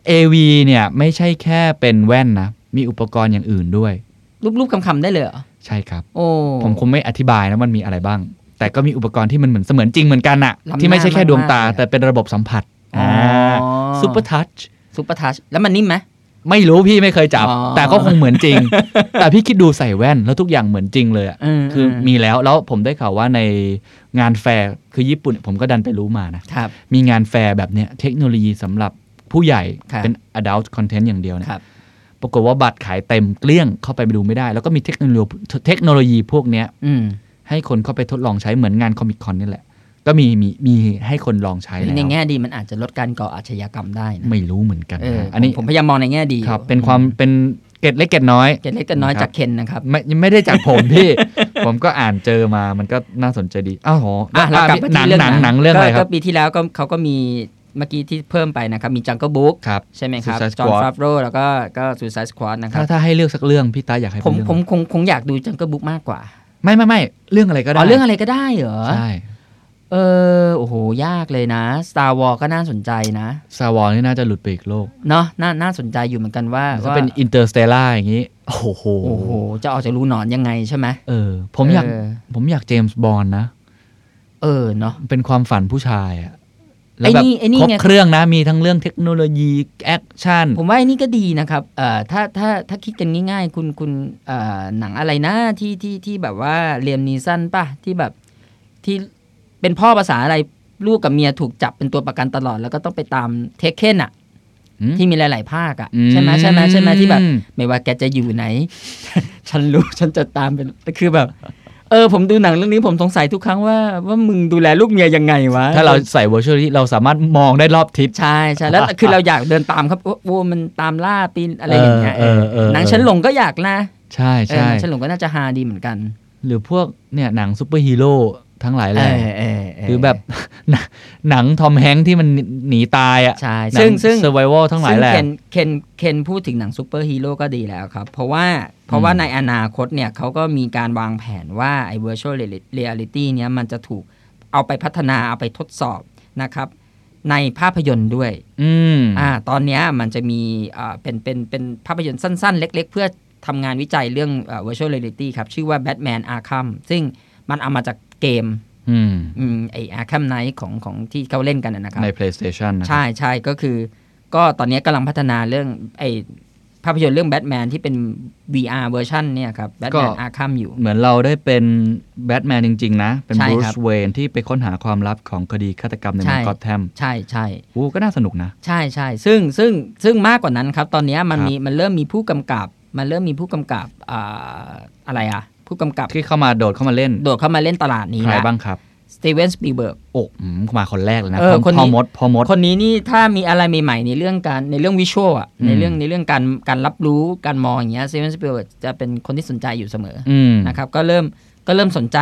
S2: AV เนี่ยไม่ใช่แค่เป็นแว่นนะ มีอุปกรณ์อย่างอื่นด้วย
S3: รูปรูปคำคำๆได้เลยเหรอ
S2: ใช่ครับ
S3: โอ้
S2: ผมคงไม่อธิบายนะมันมีอะไรบ้าง แต่ก็มีอุปกรณ์ที่มันเหมือนเสมือนจริงเหมือนกันอะ
S3: ล้ำหน้า
S2: ที่ไม่ใช่แค่ดวงตา
S3: มากๆ
S2: แต่เป็นระบบสัมผัส
S3: อ๋ออ่
S2: ซูเปอร์ทัช
S3: ซุปเปอร์ทัชแล้วมันนิ่มไหม
S2: ไม่รู้พี่ไม่เคยจับ
S3: อ๋อ
S2: แต่ก็คงเหมือนจ ริง แต่พี่คิดดูใส่แว่นแล้วทุกอย่างเหมือนจริงเลยอะ
S3: เเ
S2: คือมีแล้วแล้วผมได้ข่าวว่าในงานแฟร์คือญี่ปุ่นผมก็ดันไปรู้มานะ
S3: ครับ
S2: มีงานแฟร์แบบเนี้ยเทคโนโลยีสำหรับผู้ใหญ่
S3: ครับ
S2: เป็น adult content อย่างเดียวเนย
S3: ครับ
S2: ปรากฏว่าบัตรขายเต็มเกลี้ยงเข้าไปดูไม่ได้ แล้วก็มีเทคโนโลยีเทคโนโลยีพวกเนี้ย
S3: อืม
S2: ให้คนเข้าไปทดลองใช้เหมือนงานคอมิคอนนี่แหละ ก็มีมีมีให้คนลองใช้แล้ว
S3: ในแง่ดีมันอาจจะลดการก่ออาชญากรรมได้นะ
S2: ไม่รู้เหมือนกัน
S3: เออ
S2: นะ
S3: อั
S2: อั
S3: น
S2: น
S3: นี้
S2: นี้
S3: ผมพยายามมองในแง่ดี
S2: ครับ
S3: อยู่
S2: เป็นความเป็นเกร็ดเล็กเกร็ดน้อย
S3: เกตเล็กกันน้อย
S2: ครับ
S3: จากเคนนะครับ
S2: ไม่ไม่ได้จากผม พี่ ผมก็อ่านเจอมามันก็น่าสนใจดีอ้าวโห
S3: อ่ะเรากลับมา
S2: หนัง
S3: ที่เรื่อง
S2: หนังหนังเรื่องอะไร
S3: ก็
S2: ครั
S3: ก็
S2: บ
S3: ปีที่แล้วก็เขาก็มีเมื่อกี้ที่เพิ่มไปนะครับ มีจังเกิลบุ๊ก
S2: ครับ
S3: ใช่ไหมครับ
S2: Suicide
S3: จอห์น
S2: Squad
S3: ฟาฟโรแล้วก็ก็ซูซายสควอตนะครั
S2: ถ้า
S3: บ
S2: ถ้าให้เลือกสักเรื่องพี่ตาอยากให้
S3: ผ
S2: เป็น
S3: ม
S2: เรื่อง
S3: ผมคงคงอยากดูจังเกิลบุ๊กมากกว่า
S2: ไม่ไม่ไม่เรื่องอะไรก็ได้
S3: อ๋อเรื่องอะไรก็ได้เหรอ
S2: ใช่
S3: เออ โอ้โห ยากเลยนะ Star War ก็น่าสนใจนะ
S2: ซาวอนี่น่าจะหลุดไปอีกโลก
S3: เนาะน่าน่าสนใจอยู่เหมือนกันว่า
S2: ถ้า
S3: ว่า
S2: เป็นอินเตอร์สเตล่าอย่างนี้ โอ้โห
S3: โอ้โห จะออกจากรูหนอนยังไงใช่ไหม
S2: เออ ผมอยาก
S3: เออ
S2: ผมอยากเจมส์บอลนะ
S3: เออเนาะ
S2: เป็นความฝันผู้ชายอะ
S3: ไอ้นี่ไอ้นี่
S2: ครบ
S3: ไง
S2: เครื่องนะ มีทั้งเรื่องเทคโนโลยี แอคชั่น
S3: ผมว่าไอ้นี่ก็ดีนะครับเอ่อถ้าถ้าถ้าคิดกันง่ายๆ คุณคุณเอ่อหนังอะไรนะที่ที่ที่แบบว่าเรียมนีสันป่ะที่แบบที่เป็นพ่อภาษาอะไรลูกกับเมียถูกจับเป็นตัวประกันตลอด แล้วก็ต้องไปตามเทคเคนอะ
S2: อืม
S3: ที่มีหลาย ๆ ภาคอะใช่ไหมใช่ไหมใช่ ไหมที่แบบ ไม่ว่าแกจะอยู่ไหน ฉันรู้ฉันจะตามเป็นคือแบบ เออผมดูหนังเรื่องนี้ผมสงสัยทุกครั้งว่าว่ามึงดูแลลูกเมียยังไงวะ
S2: ถ้าเราใส่ virtual ที่เราสามารถมองได้รอบทิศ
S3: ใช่ใช่แล้วคือเราอยากเดินตามครับโอ้โอ้มันตามล่าปีนอะไรอย่างเงี้ย
S2: เออเออเออ
S3: หนังฉันหลงก็อยากนะ
S2: ใช่
S3: เออ
S2: ใช่
S3: หนังฉันหลงก็น่าจะฮาดีเหมือนกัน
S2: หรือพวกเนี่ยหนังซูเปอร์ฮีโร่ทั้งหลายแหล่
S3: เออเออเ
S2: หรือแบบ หนังทอมแฮงค์ที่มันหนีตายอ่ะ
S3: ใช่
S2: หนั
S3: ซึ่งซึ่ง
S2: เซอร์ไววทั้งหลายแหล่
S3: ซึ่เคนเคนเคนพูดถึงหนังซูเปอร์ฮีโร่ก็ดีแล้วครับ เพราะว่าเพราะว่าในอนาคตเนี่ยเขาก็มีการวางแผนว่าไอ้ virtual reali- reality เนี่ยมันจะถูกเอาไปพัฒนาเอาไปทดสอบนะครับ ในภาพยนตร์ด้วย
S2: อืม
S3: อ่าตอนเนี้ยมันจะมีอ่าเป็นเป็นเป็นภาพยนตร์สั้น ๆ เล็ก ๆ เพื่อทำงานวิจัยเรื่องอ่า virtual reality ครับ ชื่อว่า Batman Arkham ซึ่งมันเอามาจากเกม
S2: อืม
S3: อืมไอ Arkham Knight ของของที่เขาเล่นกันนะนะครับ
S2: ใน PlayStation นะครับ
S3: ใช่ใช่ก็คือ ก็ตอนนี้กำลังพัฒนาเรื่องไอภาพยนตร์เรื่องแบทแมนที่เป็น VR เวอร์ชันเนี่ยครับแบทแมนอาคัมอยู่
S2: เหมือนเราได้เป็นแบทแมนจริง ๆ นะ เป็น
S3: ใช่
S2: บรู
S3: ครั
S2: ซ
S3: บ
S2: เวนที่ไปค้นหาความลับของคดีฆาตกรรมใน
S3: ใช่
S2: เมืองกอตแทม
S3: ใช่ใช่
S2: โอ้ก็น่าสนุกนะ
S3: ใช่ใช่ซึ่งซึ่งซึ่งมากกว่านั้นครับ ตอนนี้มัน
S2: ครับ
S3: มีมันเริ่มมีผู้กำกับ มันเริ่มมีผู้กำกับอ่าอะไรอ่ะ ผู้กำกับ
S2: ที่เข้ามาโดดเข้ามาเล่น
S3: โดดเข้ามาเล่นตลาดนี้
S2: ใคร
S3: ละ
S2: บ้างครับ
S3: สตีเวนสปีเบิร์ก
S2: โอ้อืมมาคนแรกเลยนะ
S3: เออ
S2: พ่อ
S3: คนนี้
S2: พ่อมดพ่อมด
S3: คนนี้นี่ถ้ามีอะไรใหม่ๆ ในเรื่องการในเรื่องวิชวลอ่ะในเรื่องในเรื่องการการรับรู้การมองอย่างเงี้ยสตีเวนสปีเบิร์กจะเป็นคนที่สนใจอยู่เสมอ
S2: อืม
S3: นะครับก็เริ่มก็เริ่มสนใจ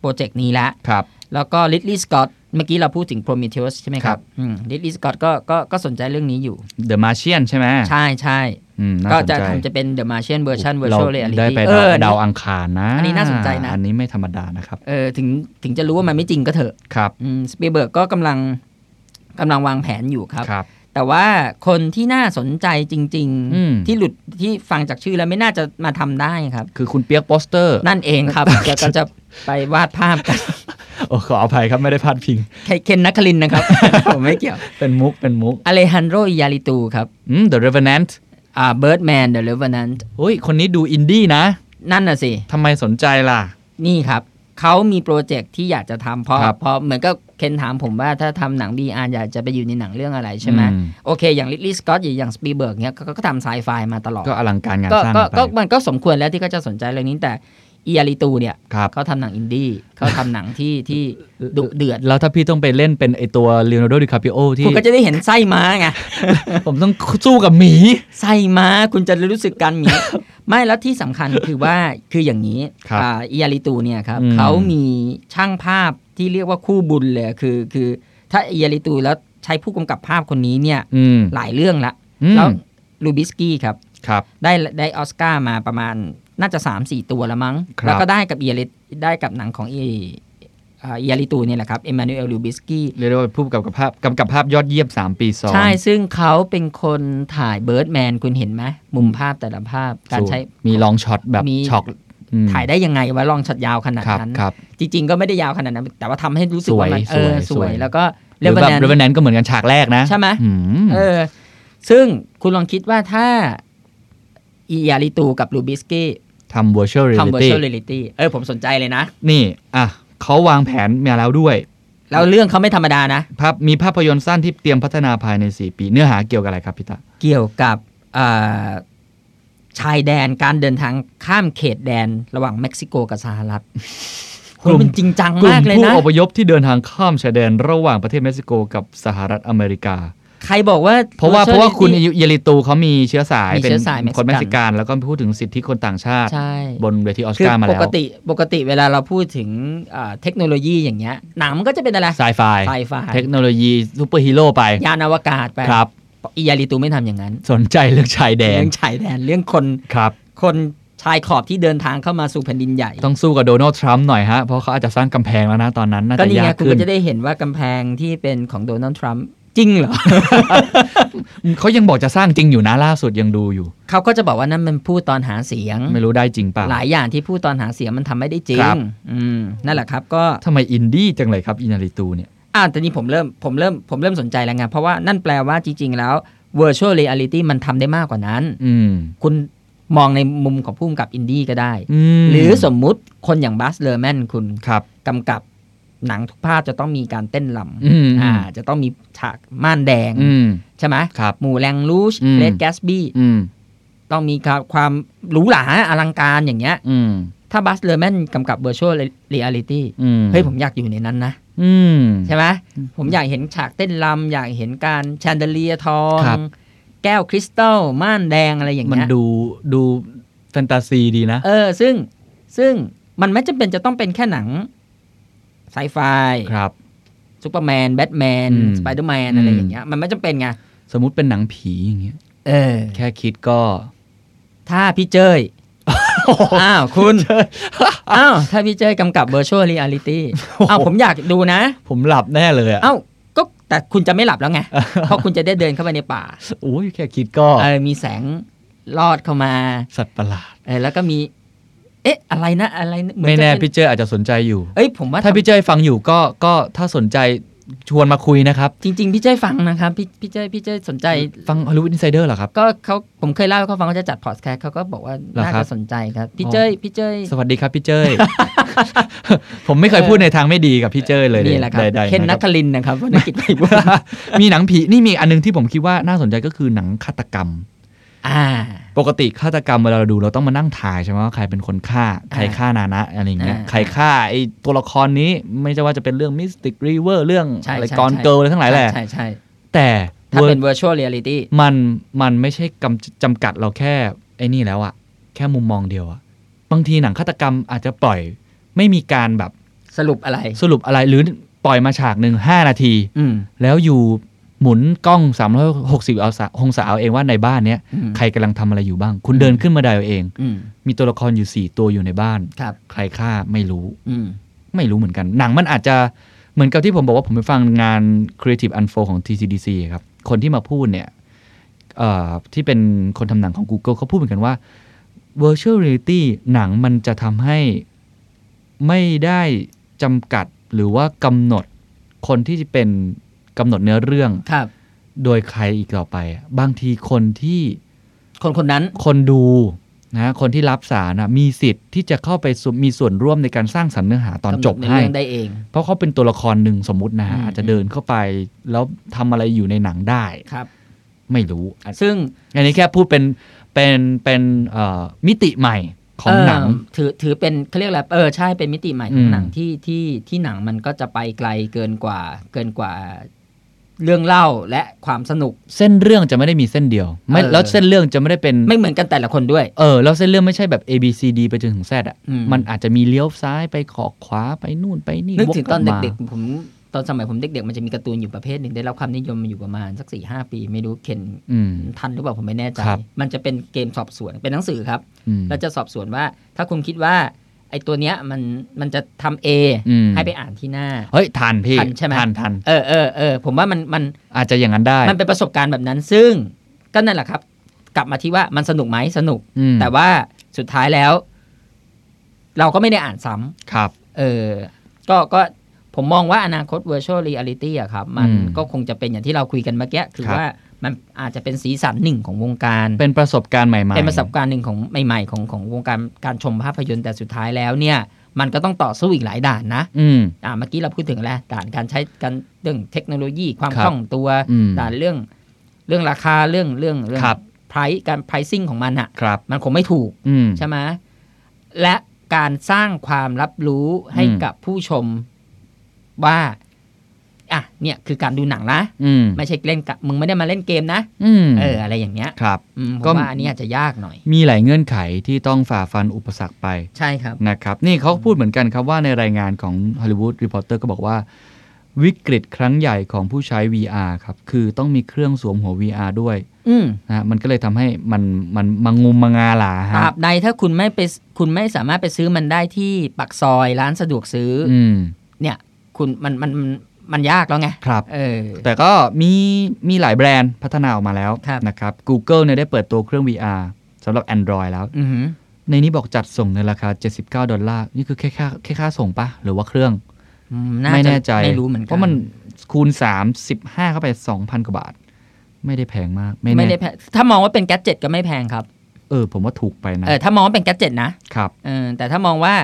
S3: โปรเจกต์นี้แล้ว
S2: ครับ
S3: แล้วก็ลิ d ลี่สกอตเมื่อกี้เราพูดถึง Prometheus ใช่ไหมค
S2: ครั
S3: รับบ ลิ d ลี่สกอตก็ก็ก็สนใจเรื่องนี้อยู่
S2: เดอะมาเชียนใช่ไหม
S3: ใช่ใช่
S2: อืมน่า
S3: ก็
S2: สน
S3: จะ
S2: ใจ
S3: ทำจะเป็น The Martian version virtual
S2: เรา
S3: reality
S2: ได้ไป
S3: เอ
S2: ดาว
S3: อ
S2: ดาวอังคารนะ
S3: อันนี้น่าสนใจนะ
S2: อันนี้ไม่ธรรมดานะครับ
S3: เออถึงถึงจะรู้ว่ามันไม่จริงก็เถอะ
S2: ครับ
S3: สปีเบิร์กก็กำลังกำลังวางแผนอยู่ครับ
S2: ครับ
S3: แต่ว่าคนที่น่าสนใจจริง
S2: อืม
S3: ๆ ที่หลุดที่ฟังจากชื่อแล้วไม่น่าจะมาทำได้ครับ
S2: คือคุณเปียกโปสเตอร์
S3: นั่นเองครับแกก็จะไปวาดภาพกัน
S2: โอ้ขออภัยครับไม่ได้พลาดพิง
S3: เคนนักคลินนะครับ ผมไม่เกี่ยว
S2: เป็นมุกเป็นมุก
S3: อเลฮันโดยาลิตูครับ
S2: อืม The Revenant
S3: อ่าเบิร์ดแมนเดอะเลเวนัน
S2: เฮ้ยคนนี้ดูอินดี้นะ
S3: นั่นน่ะสิ
S2: ทำไมสนใจล่ะ
S3: นี่ครับ เขามีโปรเจกต์ที่อยากจะทำเพราะ
S2: ครับ
S3: เพราะเหมือนก็เคนถามผมว่าถ้าทำหนัง VR อยากจะไปอยู่ในหนังเรื่องอะไรใช่ไหม
S2: อืม
S3: โอเค อย่างลิ d ลี่สกอตอย่างสปีเบิร์กเนี้ยก็ก็ทำไซไฟมาตลอด
S2: ก็อลังการงาน
S3: ก็
S2: สร้าง
S3: ก็
S2: ไป
S3: ก็มันก็สมควรแล้วที่เขาจะสนใจเรื่องนี้แต่อีอาริตูเนี่ย
S2: ครับ
S3: เขาทำหนังอินดี้เขาทำหนังที่ที่ดุเดือด
S2: แล้วถ้าพี่ต้องไปเล่นเป็นไอตัวเลโอนาร์โดดิคาปิโอที่
S3: คุณก็จะได้เห็นไส้ม้าไง
S2: ผมต้องสู้กับหมี
S3: ไส้ม้าคุณจะรู้สึกการหมี ไม่แล้วที่สำคัญคือว่าคืออย่างนี้
S2: ครับ
S3: อ่าอียาริตูเนี่ยครับ
S2: อืม
S3: เขามีช่างภาพที่เรียกว่าคู่บุญเลยคือคือถ้าอียาริตูแล้วใช้ผู้กำกับภาพคนนี้เนี่ย
S2: อืม
S3: หลายเรื่องละ
S2: อืม
S3: แล้วลูบิสกี้ครับ
S2: ครับ
S3: ได้ได้ออสการ์มาประมาณน่าจะ 3 4 ตัวละมั้ง
S2: ครับ
S3: แล้วก็ได้กับอียาริได้กับหนังของอีอ่าอียาริตูเนี่ยแหละครับเอมมานูเอลลูบิสกี้
S2: เรียกได้ว่าผู้กำกับภาพกำกับภาพยอดเยี่ยม 3 ปีซ้อน
S3: ใช่ ซึ่งเขาเป็นคนถ่ายเบิร์ดแมนคุณเห็นไหมมุมภาพแต่ละภาพการใช้
S2: มีลองช็อตแบบ
S3: มี
S2: ช็อกอืม
S3: ถ่ายได้ยังไงวะลองช็อตยาวขนาด
S2: ครับ
S3: นั้น
S2: ครับ
S3: จริง ๆ ก็ไม่ได้ยาวขนาดนั้น แต่ว่าทำให้รู้สึกว่ามัน
S2: ส
S3: เอ
S2: วย
S3: อ
S2: ส
S3: ส
S2: วย
S3: ว
S2: สว
S3: ย
S2: ย
S3: แล้วก็
S2: ห
S3: เล
S2: รือ
S3: เว
S2: แบบ
S3: น
S2: เรเวน นแนนก็เหมือนกันฉากแรกนะ
S3: ใช่ไหม
S2: อืม
S3: เออ ซึ่งคุณลองคิดว่าถ้าอียาริตูกับลูบิสกี้
S2: ทำ virtual
S3: ทำ
S2: reality
S3: virtual reality เออผมสนใจเลยนะ
S2: นี่ อ่ะเขาวางแผนมาแล้วด้วย
S3: แล้วเรื่องเขาไม่ธรรมดานะ
S2: ภาพมีภาพยนตร์สั้นที่เตรียมพัฒนาภายใน 4 ปี เนื้อหาเกี่ยวกับอะไรครับพี่ตา
S3: เกี่ยวกับเอ่อชายแดนการเดินทางข้ามเขตแดนระหว่างเม็กซิโกกับสหรัฐคุณมันจริงจัง
S2: กลุ่ม
S3: มากเลย
S2: ผู้
S3: นะ
S2: อพยพที่เดินทางข้ามชายแดนระหว่างประเทศเม็กซิโกกับสหรัฐอเมริกา
S3: ใครบอกว่า
S2: เพราะว่าเพ
S3: virtual
S2: ราะว่าคุณ
S3: reality
S2: เยลิตูเขามีเชื้อสาย
S3: มี
S2: เป็น
S3: เชื้อสาย
S2: คนเม็
S3: เม็
S2: ก
S3: กซิ
S2: ซิกั
S3: กั
S2: น
S3: น
S2: แล้วก็พูดถึงสิทธิคนต่างชาติ
S3: ใช่
S2: บนเวทีออส
S3: คือ
S2: การ์มา
S3: ป
S2: แล้ว
S3: กติปกติเวลาเราพูดถึงเอ่อเทคโนโลยีอย่างเงี้ยหนังมันก็จะเป็นอะไร
S2: ไซไฟ
S3: ไซไฟ
S2: เทคโนโลยีซูเปอร์ฮีโร่ไป
S3: ยานอวกาศไป
S2: ครับ
S3: อียาริตูไม่ทำอย่างนั้น
S2: สนใจเรื่องชายแดน
S3: เรื่องชายแดนเรื่องคน
S2: ครับ
S3: คนชายขอบที่เดินทางเข้ามาสู่แผ่นดินใหญ่
S2: ต้องสู้กับโดนัลด์ทรัมป์หน่อยฮะ เพราะเขาอาจจะสร้างกำแพงแล้วนะตอนนั้นน่า
S3: ก็
S2: จะ
S3: นี่
S2: ยา
S3: ไง
S2: ก
S3: คุณ
S2: ขึ้
S3: ก็
S2: น
S3: จะได้เห็นว่ากำแพงที่เป็นของโดนัลด์ทรัมป์จริง เหรอ
S2: เขายังบอกจะสร้างจริงอยู่นะล่าสุดยังดูอยู่
S3: เขาก็จะบอกว่านั่นมันพูดตอนหาเสียง
S2: ไม่รู้ได้จริงเปล่า
S3: หลายอย่างที่พูดตอนหาเสียงมันทำไม่ได้จริ
S2: ค
S3: ง
S2: รับ
S3: อืมนั่นแหละครับก็
S2: ทำไมอินดี้จังเลยครับอินาริตูเนี่ย
S3: อ่าแต่นี้ผมเริ่มผมเริ่มผมเริ่มสนใจแล้วไงเพราะว่านั่นแปลว่าจริง ๆ แล้ว virtual reality มันทำได้มากกว่านั้น
S2: อืม
S3: คุณมองในมุมของผู้กำกับอินดี้ก็ได้
S2: อืม
S3: หรือสมมุติคนอย่างบัสเลอร์แมนคุณ
S2: ครับ
S3: กำกับหนังทุกภาพจะต้องมีการเต้นล
S2: อืม
S3: ำอ่า จะต้องมีฉากม่านแดง
S2: อืม
S3: ใช่ไหม
S2: ครับ
S3: หมู่แรงลูช
S2: อืม
S3: เลดแกสบี้
S2: อืม
S3: ต้องมีความความหรูหราอลังการอย่างเงี้ย
S2: อืม
S3: ถ้าบัสเลอร์แมนกำกับเวอร์ชวลเรียลิตี้
S2: อืม
S3: เฮ้ยผมอยากอยู่ในนั้นนะ
S2: อืม
S3: ใช่ไหมผมอยากเห็นฉากเต้นรำอยากเห็นการแชนเดอเลียทอง
S2: ครับ
S3: แก้วคริสตัลม่านแดงอะไรอย่าง
S2: มัน
S3: เงี้ย
S2: ดูดูแฟนตาซีดีนะ
S3: เออ ซึ่งซึ่งมันไม่จำเป็นจะต้องเป็นแค่หนังไซไฟ
S2: ครับ
S3: ซูเปอร์แมนแบทแมน
S2: อืม
S3: สไปเดอร์แมน
S2: อืม
S3: อะไรอย่างเงี้ยมันไม่จำเป็นไง
S2: สมมุติเป็นหนังผีอย่างเงี้ย
S3: เออ
S2: แค่คิดก็
S3: ถ้าพี่เจยอ้าวคุณ อ้าว ถ้าพี่เจยกำกับ Virtual Reality อ้าว ผมอยากดูนะ
S2: ผมหลับแน่เลยอ่ะ
S3: อ้าว ก็แต่คุณจะไม่หลับแล้วไง เพราะคุณจะได้เดินเข้าไปในป่า
S2: โอ้ยแค่คิดก็
S3: เออมีแสงลอดเข้ามา
S2: สัตว์ประหลาด
S3: เออแล้วก็มี เอ๊ะ อะไรนะ อะไรนะเหอ
S2: ไม่แน่
S3: จะเป็
S2: พี่เจอาจจะสนใจอยู่
S3: เอ้ย ผมว่า
S2: ถ้าพี่เจฟังอยู่ก็ก็ถ้าสนใจชวนมาคุยนะครับ
S3: จริง ๆ พี่เจยฟังนะครับ พี่พี่เจยพี่เจยสนใจ
S2: ฟัง Hollywood Insider เหรอครับ
S3: ก็เขาผมเคยเล่าให้เขาฟังเขาจะจัดพอดแคสต์เขาก็บอกว่า
S2: เหรอ
S3: น่า
S2: ครั
S3: จะ
S2: บ
S3: สนใจครับ พี่
S2: อ๋อ
S3: เจยพี่เจย
S2: สวัสดีครับพี่เจ ย ผมไม่เคยพูดในทางไม่ดีกับพี่เจยเลย
S3: นี่แหละครับ
S2: ใดๆ
S3: เคนนั
S2: ะ
S3: ก
S2: รับ
S3: คลินนะครับวรรณกิจไพบูลย์
S2: มีหนังผีนี่มีอันนึงที่ผมคิดว่าน่าสนใจก็คือหนังฆาตกรรม
S3: อ่า
S2: ปกติฆาตกรรมเวลาเราดูเราต้องมานั่งถ่ายใช่ไหมว่าใครเป็นคนฆ่า ใครฆ่านานะอะไรอย่างเงี้ย
S3: อ่า
S2: ใครฆ่าไอ้ตัวละครนี้ไม่ใช่ว่าจะเป็นเรื่องมิสติกรีเวอร์เรื่อง
S3: ใช่
S2: อะไร
S3: ใช่
S2: กอน
S3: ใช่
S2: เกิลอะไรทั้งหลายแหละ
S3: ใช่ใช่
S2: แต่
S3: ถ้า
S2: เวอ
S3: เป็
S2: ร์
S3: น virtual reality
S2: มันมันไม่ใช่กำจำกัดเราแค่ไอ้นี่แล้วอะแค่มุมมองเดียวอะบางทีหนังฆาตกรรมอาจจะปล่อยไม่มีการแบบ
S3: สรุปอะไร
S2: สรุปอะไรหรือปล่อยมาฉากหนึ่งห้านาที
S3: อืม
S2: แล้วอยู่หมุนกล้อง 360เอาสะองศาเอาเองว่าในบ้านเนี้ย
S3: อืม
S2: ใครกำลังทำอะไรอยู่บ้าง คุณเดินขึ้นมาไดเอาเอง
S3: อืม
S2: มีตัวละครอยู่ 4 ตัวอยู่ในบ้าน
S3: ครับ
S2: ใครฆ่าไม่รู้
S3: อืม
S2: ไม่รู้เหมือนกัน หนังมันอาจจะเหมือนกับที่ผมบอกว่าผมไปฟังงาน Creative Unfold ของ TCDC ครับ คนที่มาพูดเนี่ยเอ่อที่เป็นคนทำหนังของ Google เขาพูดเหมือนกันว่า Virtual Reality หนังมันจะทำให้ไม่ได้จำกัดหรือว่ากำหนดคนที่จะเป็นกำหนดเนื้อเรื่อง
S3: ครับ
S2: โดยใครอีกต่อไปอะบางทีคนที่
S3: คนคนนั้น
S2: คนดูนะคนที่รับสารนะมีสิทธิ์ที่จะเข้าไปสมีส่วนร่วมในการสร้างสรรค์เนื้อหาตอนจบ
S3: กำหดใน
S2: ให้
S3: เรื่องได้เอง
S2: เพราะเขาเป็นตัวละครหนึ่งสมมตินะฮะ
S3: อืม
S2: อาจจะเดินเข้าไปแล้วทำอะไรอยู่ในหนังได้
S3: ครับ
S2: ไม่รู้อัน
S3: ซึ่ง
S2: อันนี้แค่พูดเป็นเป็นเป็นเอ่อมิติใหม่ของหนัง
S3: เถือถือเป็นเขาเรียกอะไรเออใช่เป็นมิติใหม่ขอ
S2: อื
S3: ง
S2: ม
S3: หนังที่ที่ที่หนังมันก็จะไปไกลเกินกว่า เกินกว่า เรื่องเล่าและความสนุก
S2: เส้นเรื่องจะไม่ได้มีเส้นเดียวไม่
S3: เออ
S2: แล้วเส้นเรื่องจะไม่ได้เป็น
S3: ไม่เหมือนกันแต่ละคนด้วย
S2: เออแล้วเส้นเรื่องไม่ใช่แบบ A B C D ไปจนถึง Z อ่ะ
S3: อืม
S2: มันอาจจะมีเลี้ยวซ้ายไปขอขวาไปนู่นไปนี่
S3: นึกถึง
S2: ว
S3: ตอน
S2: ลับมา
S3: เด็กๆผมตอนสมัยผมเด็กๆมันจะมีการ์ตูนอยู่ประเภทหนึ่งได้รับความนิยมมาอยู่ประมาณสักสี่ห้าปี ไม่รู้เข็น
S2: อืม
S3: ทันหรือเปล่าผมไม่แน่ใจ
S2: ครับ
S3: มันจะเป็นเกมสอบสวนเป็นหนังสือครับ
S2: อืม
S3: แล้วจะสอบสวนว่า ถ้าคุณคิดว่า ไอ้ตัวเนี้ยมันมันจะทำ A
S2: อืม
S3: ให้ไปอ่านที่หน้า
S2: เฮ้ยทันพี่
S3: ทันใช่ไหม
S2: ทันทัน
S3: เออเออเออผมว่ามันมัน
S2: อาจจะอย่างนั้นได้
S3: มันเป็นประสบการณ์แบบนั้น ซึ่งก็นั่นแหละครับ กลับมาที่ว่ามันสนุกไหมสนุก
S2: อืม
S3: แต่ว่าสุดท้ายแล้ว เราก็ไม่ได้อ่านซ้ำ
S2: ครับ
S3: เออ ก็ก็ผมมองว่าอนาคต virtual reality อะครับ มัน
S2: อืม
S3: ก็คงจะเป็นอย่างที่เราคุยกันเมื่อกี้คือ
S2: ครับ
S3: ว่ามันอาจจะเป็นสีสันหนึ่งของวงการ
S2: เป็นประสบการณ์ใหม่ๆ
S3: เป็นประสบการณ์หนึ่งของใหม่ๆของของวงการการชมภาพยนตร์แต่สุดท้ายแล้วเนี่ย มันก็ต้องต่อสู้อีกหลายด่านนะ
S2: อืม
S3: อ่าเมื่อกี้เราพูดถึงแล้วด่านการใช้กันเรื่องเทคโนโลยีความ
S2: ครับ
S3: คล่องตัว
S2: อืม
S3: ด่านเรื่องเรื่องราคาเรื่องเรื่องเรื่อง
S2: ครับ
S3: price การ pricing ของมันอะ
S2: ครับ
S3: มันคงไม่ถูก
S2: อืม
S3: ใช่ไหมและการสร้างความรับรู้ให้
S2: อืม
S3: กับผู้ชมว่าอ่ะเนี่ยคือการดูหนังนะ
S2: อืม
S3: ไม่ใช่เล่นกะมึงไม่ได้มาเล่นเกมนะ
S2: อืม
S3: เอออะไรอย่างเงี้ย
S2: ครับ
S3: อืมผ
S2: ก็
S3: มว่าอันนี้อาจจะยากหน่อย
S2: มีหลายเงื่อนไขที่ต้องฝ่าฟันอุปสรรคไป
S3: ใช่ครับ
S2: นะครับ นี่เขาพูดเหมือนกันครับว่าในรายงานของ Hollywood Reporter ก็บอกว่า วิกฤตครั้งใหญ่ของผู้ใช้ VR ครับ คือต้องมีเครื่องสวมหัว VR ด้วย
S3: อืม
S2: นะฮะมันก็เลยทำให้มันมันมังงุมมังงาหลา
S3: ต
S2: ฮะ
S3: ราบใดถ้าคุณไม่ไปคุณไม่สามารถไปซื้อมันได้ที่ปักซอยร้านสะดวกซื้ออ
S2: อืม
S3: เนี่ยคุณมันมันมันมันยากแล้วไง
S2: ครับ
S3: เออ
S2: แต่ก็มีมีหลายแบรนด์พัฒนาออกมาแล้ว
S3: ครับ
S2: นะครับ Google เนี่ยได้เปิดตัวเครื่อง VR สำหรับ Android แล้ว
S3: อือหือ
S2: ในนี้บอกจัดส่งในราคา 79 ดอลลาร์ นี่คือแค่ค่าแค่ค่าส่งปะ หรือว่าเครื่อง
S3: อืา
S2: ไม่แน่ใจ
S3: ไม่รู้เหมือนกัน
S2: เพราะมันคูณ 35 เข้าไป 2,000 กว่าบาท ไม่ได้แพงมาก ไม่
S3: ไม่ได้
S2: แน่
S3: แพงถ้ามองว่าเป็นแก๊สเจ็ตก็ไม่แพงครับ
S2: เออ ผมว่าถูกไปนะ
S3: เออถ้ามองว่าเป็นแก๊สเจ็ตนะครับ เออแต่ถ้ามองว่า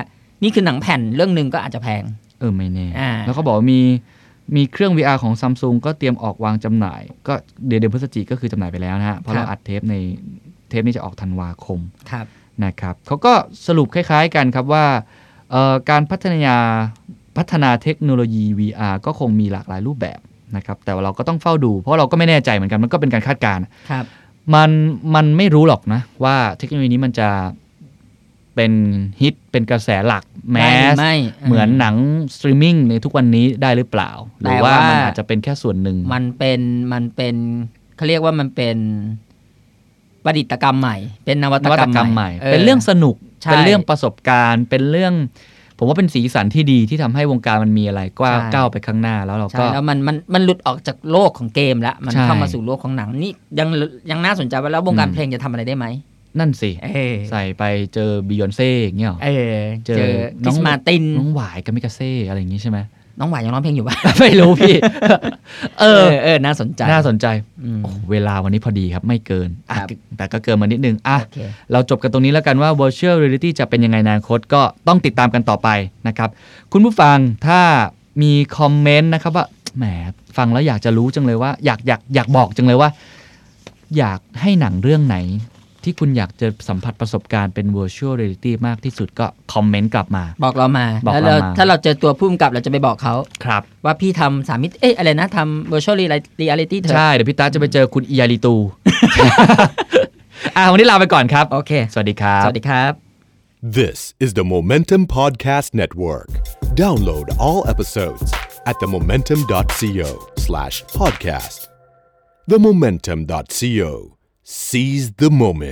S3: นี่คือหนังแผ่นเรื่องหนึ่งก็อาจจะแพง
S2: เออ ไม่แน่
S3: อ่า
S2: แล้วก็บอกว่ามีมีเครื่อง VR ของ Samsung ก็เตรียมออกวางจำหน่าย ก็เดือนเดือนพฤศจิกก็คือจำหน่ายไปแล้วนะฮะเพราะเราอัดเทปในเทปนี้จะออกธันวาคม
S3: ครับ
S2: นะครับเขาก็สรุปคล้ายๆกันครับว่าเอ่อการพัฒนาพัฒนาเทคโนโลยี VR ก็คงมีหลากหลายรูปแบบนะครับ แต่ว่าเราก็ต้องเฝ้าดู เพราะเราก็ไม่แน่ใจเหมือนกันมันก็เป็นการคาดการณ์
S3: ครับ
S2: มันมันไม่รู้หรอกนะ ว่าเทคโนโลยีนี้มันจะเป็นฮิตเป็นกระแสหลักแม
S3: ได้หรื
S2: ส
S3: อไม่
S2: เหมือนหนังสตรีมมิ่งในทุกวันนี้ได้หรือเปล่า หรือว่า
S3: แต่ว่ามั
S2: มันอาจจะเป็นแค่ส่วนหนึ่ง
S3: มันเป็นมันเป็นเขาเรียกว่ามันเป็นประดิษฐกรรมใหม่ เป็นนวั
S2: นวัตกรรมใหม่ เป็นเรื่องสนุก
S3: ใช่
S2: เป็นเรื่องประสบการณ์ เป็นเรื่อง ผมว่าเป็นสีสันที่ดีที่ทำให้วงการมันมีอะไรกว้าง
S3: ใช่
S2: ก้าวไปข้างหน้าแล้วเรา
S3: ใช่
S2: ก็
S3: แล้วมันมันมันหลุดออกจากโลกของเกมแล้ว มัน
S2: ใช่
S3: เข้ามาสู่โลกของหนังนี่ยังยังน่าสนใจว่าแล้ววงการ
S2: อืม
S3: เพลงจะทำอะไรได้ไหม
S2: นั่นสิ
S3: เออ
S2: ใส่ไปเจอบิยอนเซ่อย่างเงี้ยหรอ
S3: เออ
S2: เจ
S3: เจ
S2: อ
S3: อ
S2: น้อ
S3: คริ
S2: ง
S3: สมาติน
S2: น้องหวายกับมิกาเซ่อะไรอย่างงี้ใช่ไหม
S3: น้องหวายยังร้องเพลงอยู่ป่ะ
S2: ไม่รู้พี่ เอ
S3: เอ
S2: อ
S3: อเออน่าสนใจ
S2: น่าสนใจ
S3: อืม
S2: โอ้โหเวลาวันนี้พอดีครับไม่เกินอ่ะ
S3: ครับ
S2: แต่ก็เกินมานิดนึงอ่ะ
S3: โอเค
S2: เราจบกันตรงนี้แล้วกันว่า virtual reality จะเป็นยังไงในอนาคตก็ต้องติดตามกันต่อไปนะครับ คุณผู้ฟังถ้ามีคอมเมนต์นะครับว่าแหมฟังแล้วอยากจะรู้จังเลยว่า อยากอยากอยากบอกจังเลยว่า อยากให้หนังเรื่องไหน ที่คุณอยากจะสัมผัสประสบการณ์เป็น virtual reality มากที่สุดก็คอมเมนต์กลับมา
S3: บอกเรามา
S2: บอก
S3: แล้ว
S2: เรา
S3: เรา
S2: มา
S3: ถ้าเราเจอตัวผู้กำกับเราจะไปบอกเขา
S2: ครับ
S3: ว่าพี่ทำสามมิติเอ๊ะอะไรนะทำ virtual reality เถอะ
S2: ใช่ เดี๋ยวพี่ตาจะไปเจอคุณอียาลิตู อ่ะวันนี้ลาไปก่อนครับ
S3: โอเค
S2: สวัสดีครับ
S3: สวัสดีครับ
S1: This is the Momentum Podcast Network. Download all episodes at themomentum.co slash podcast. Themomentum.co. Seize the moment.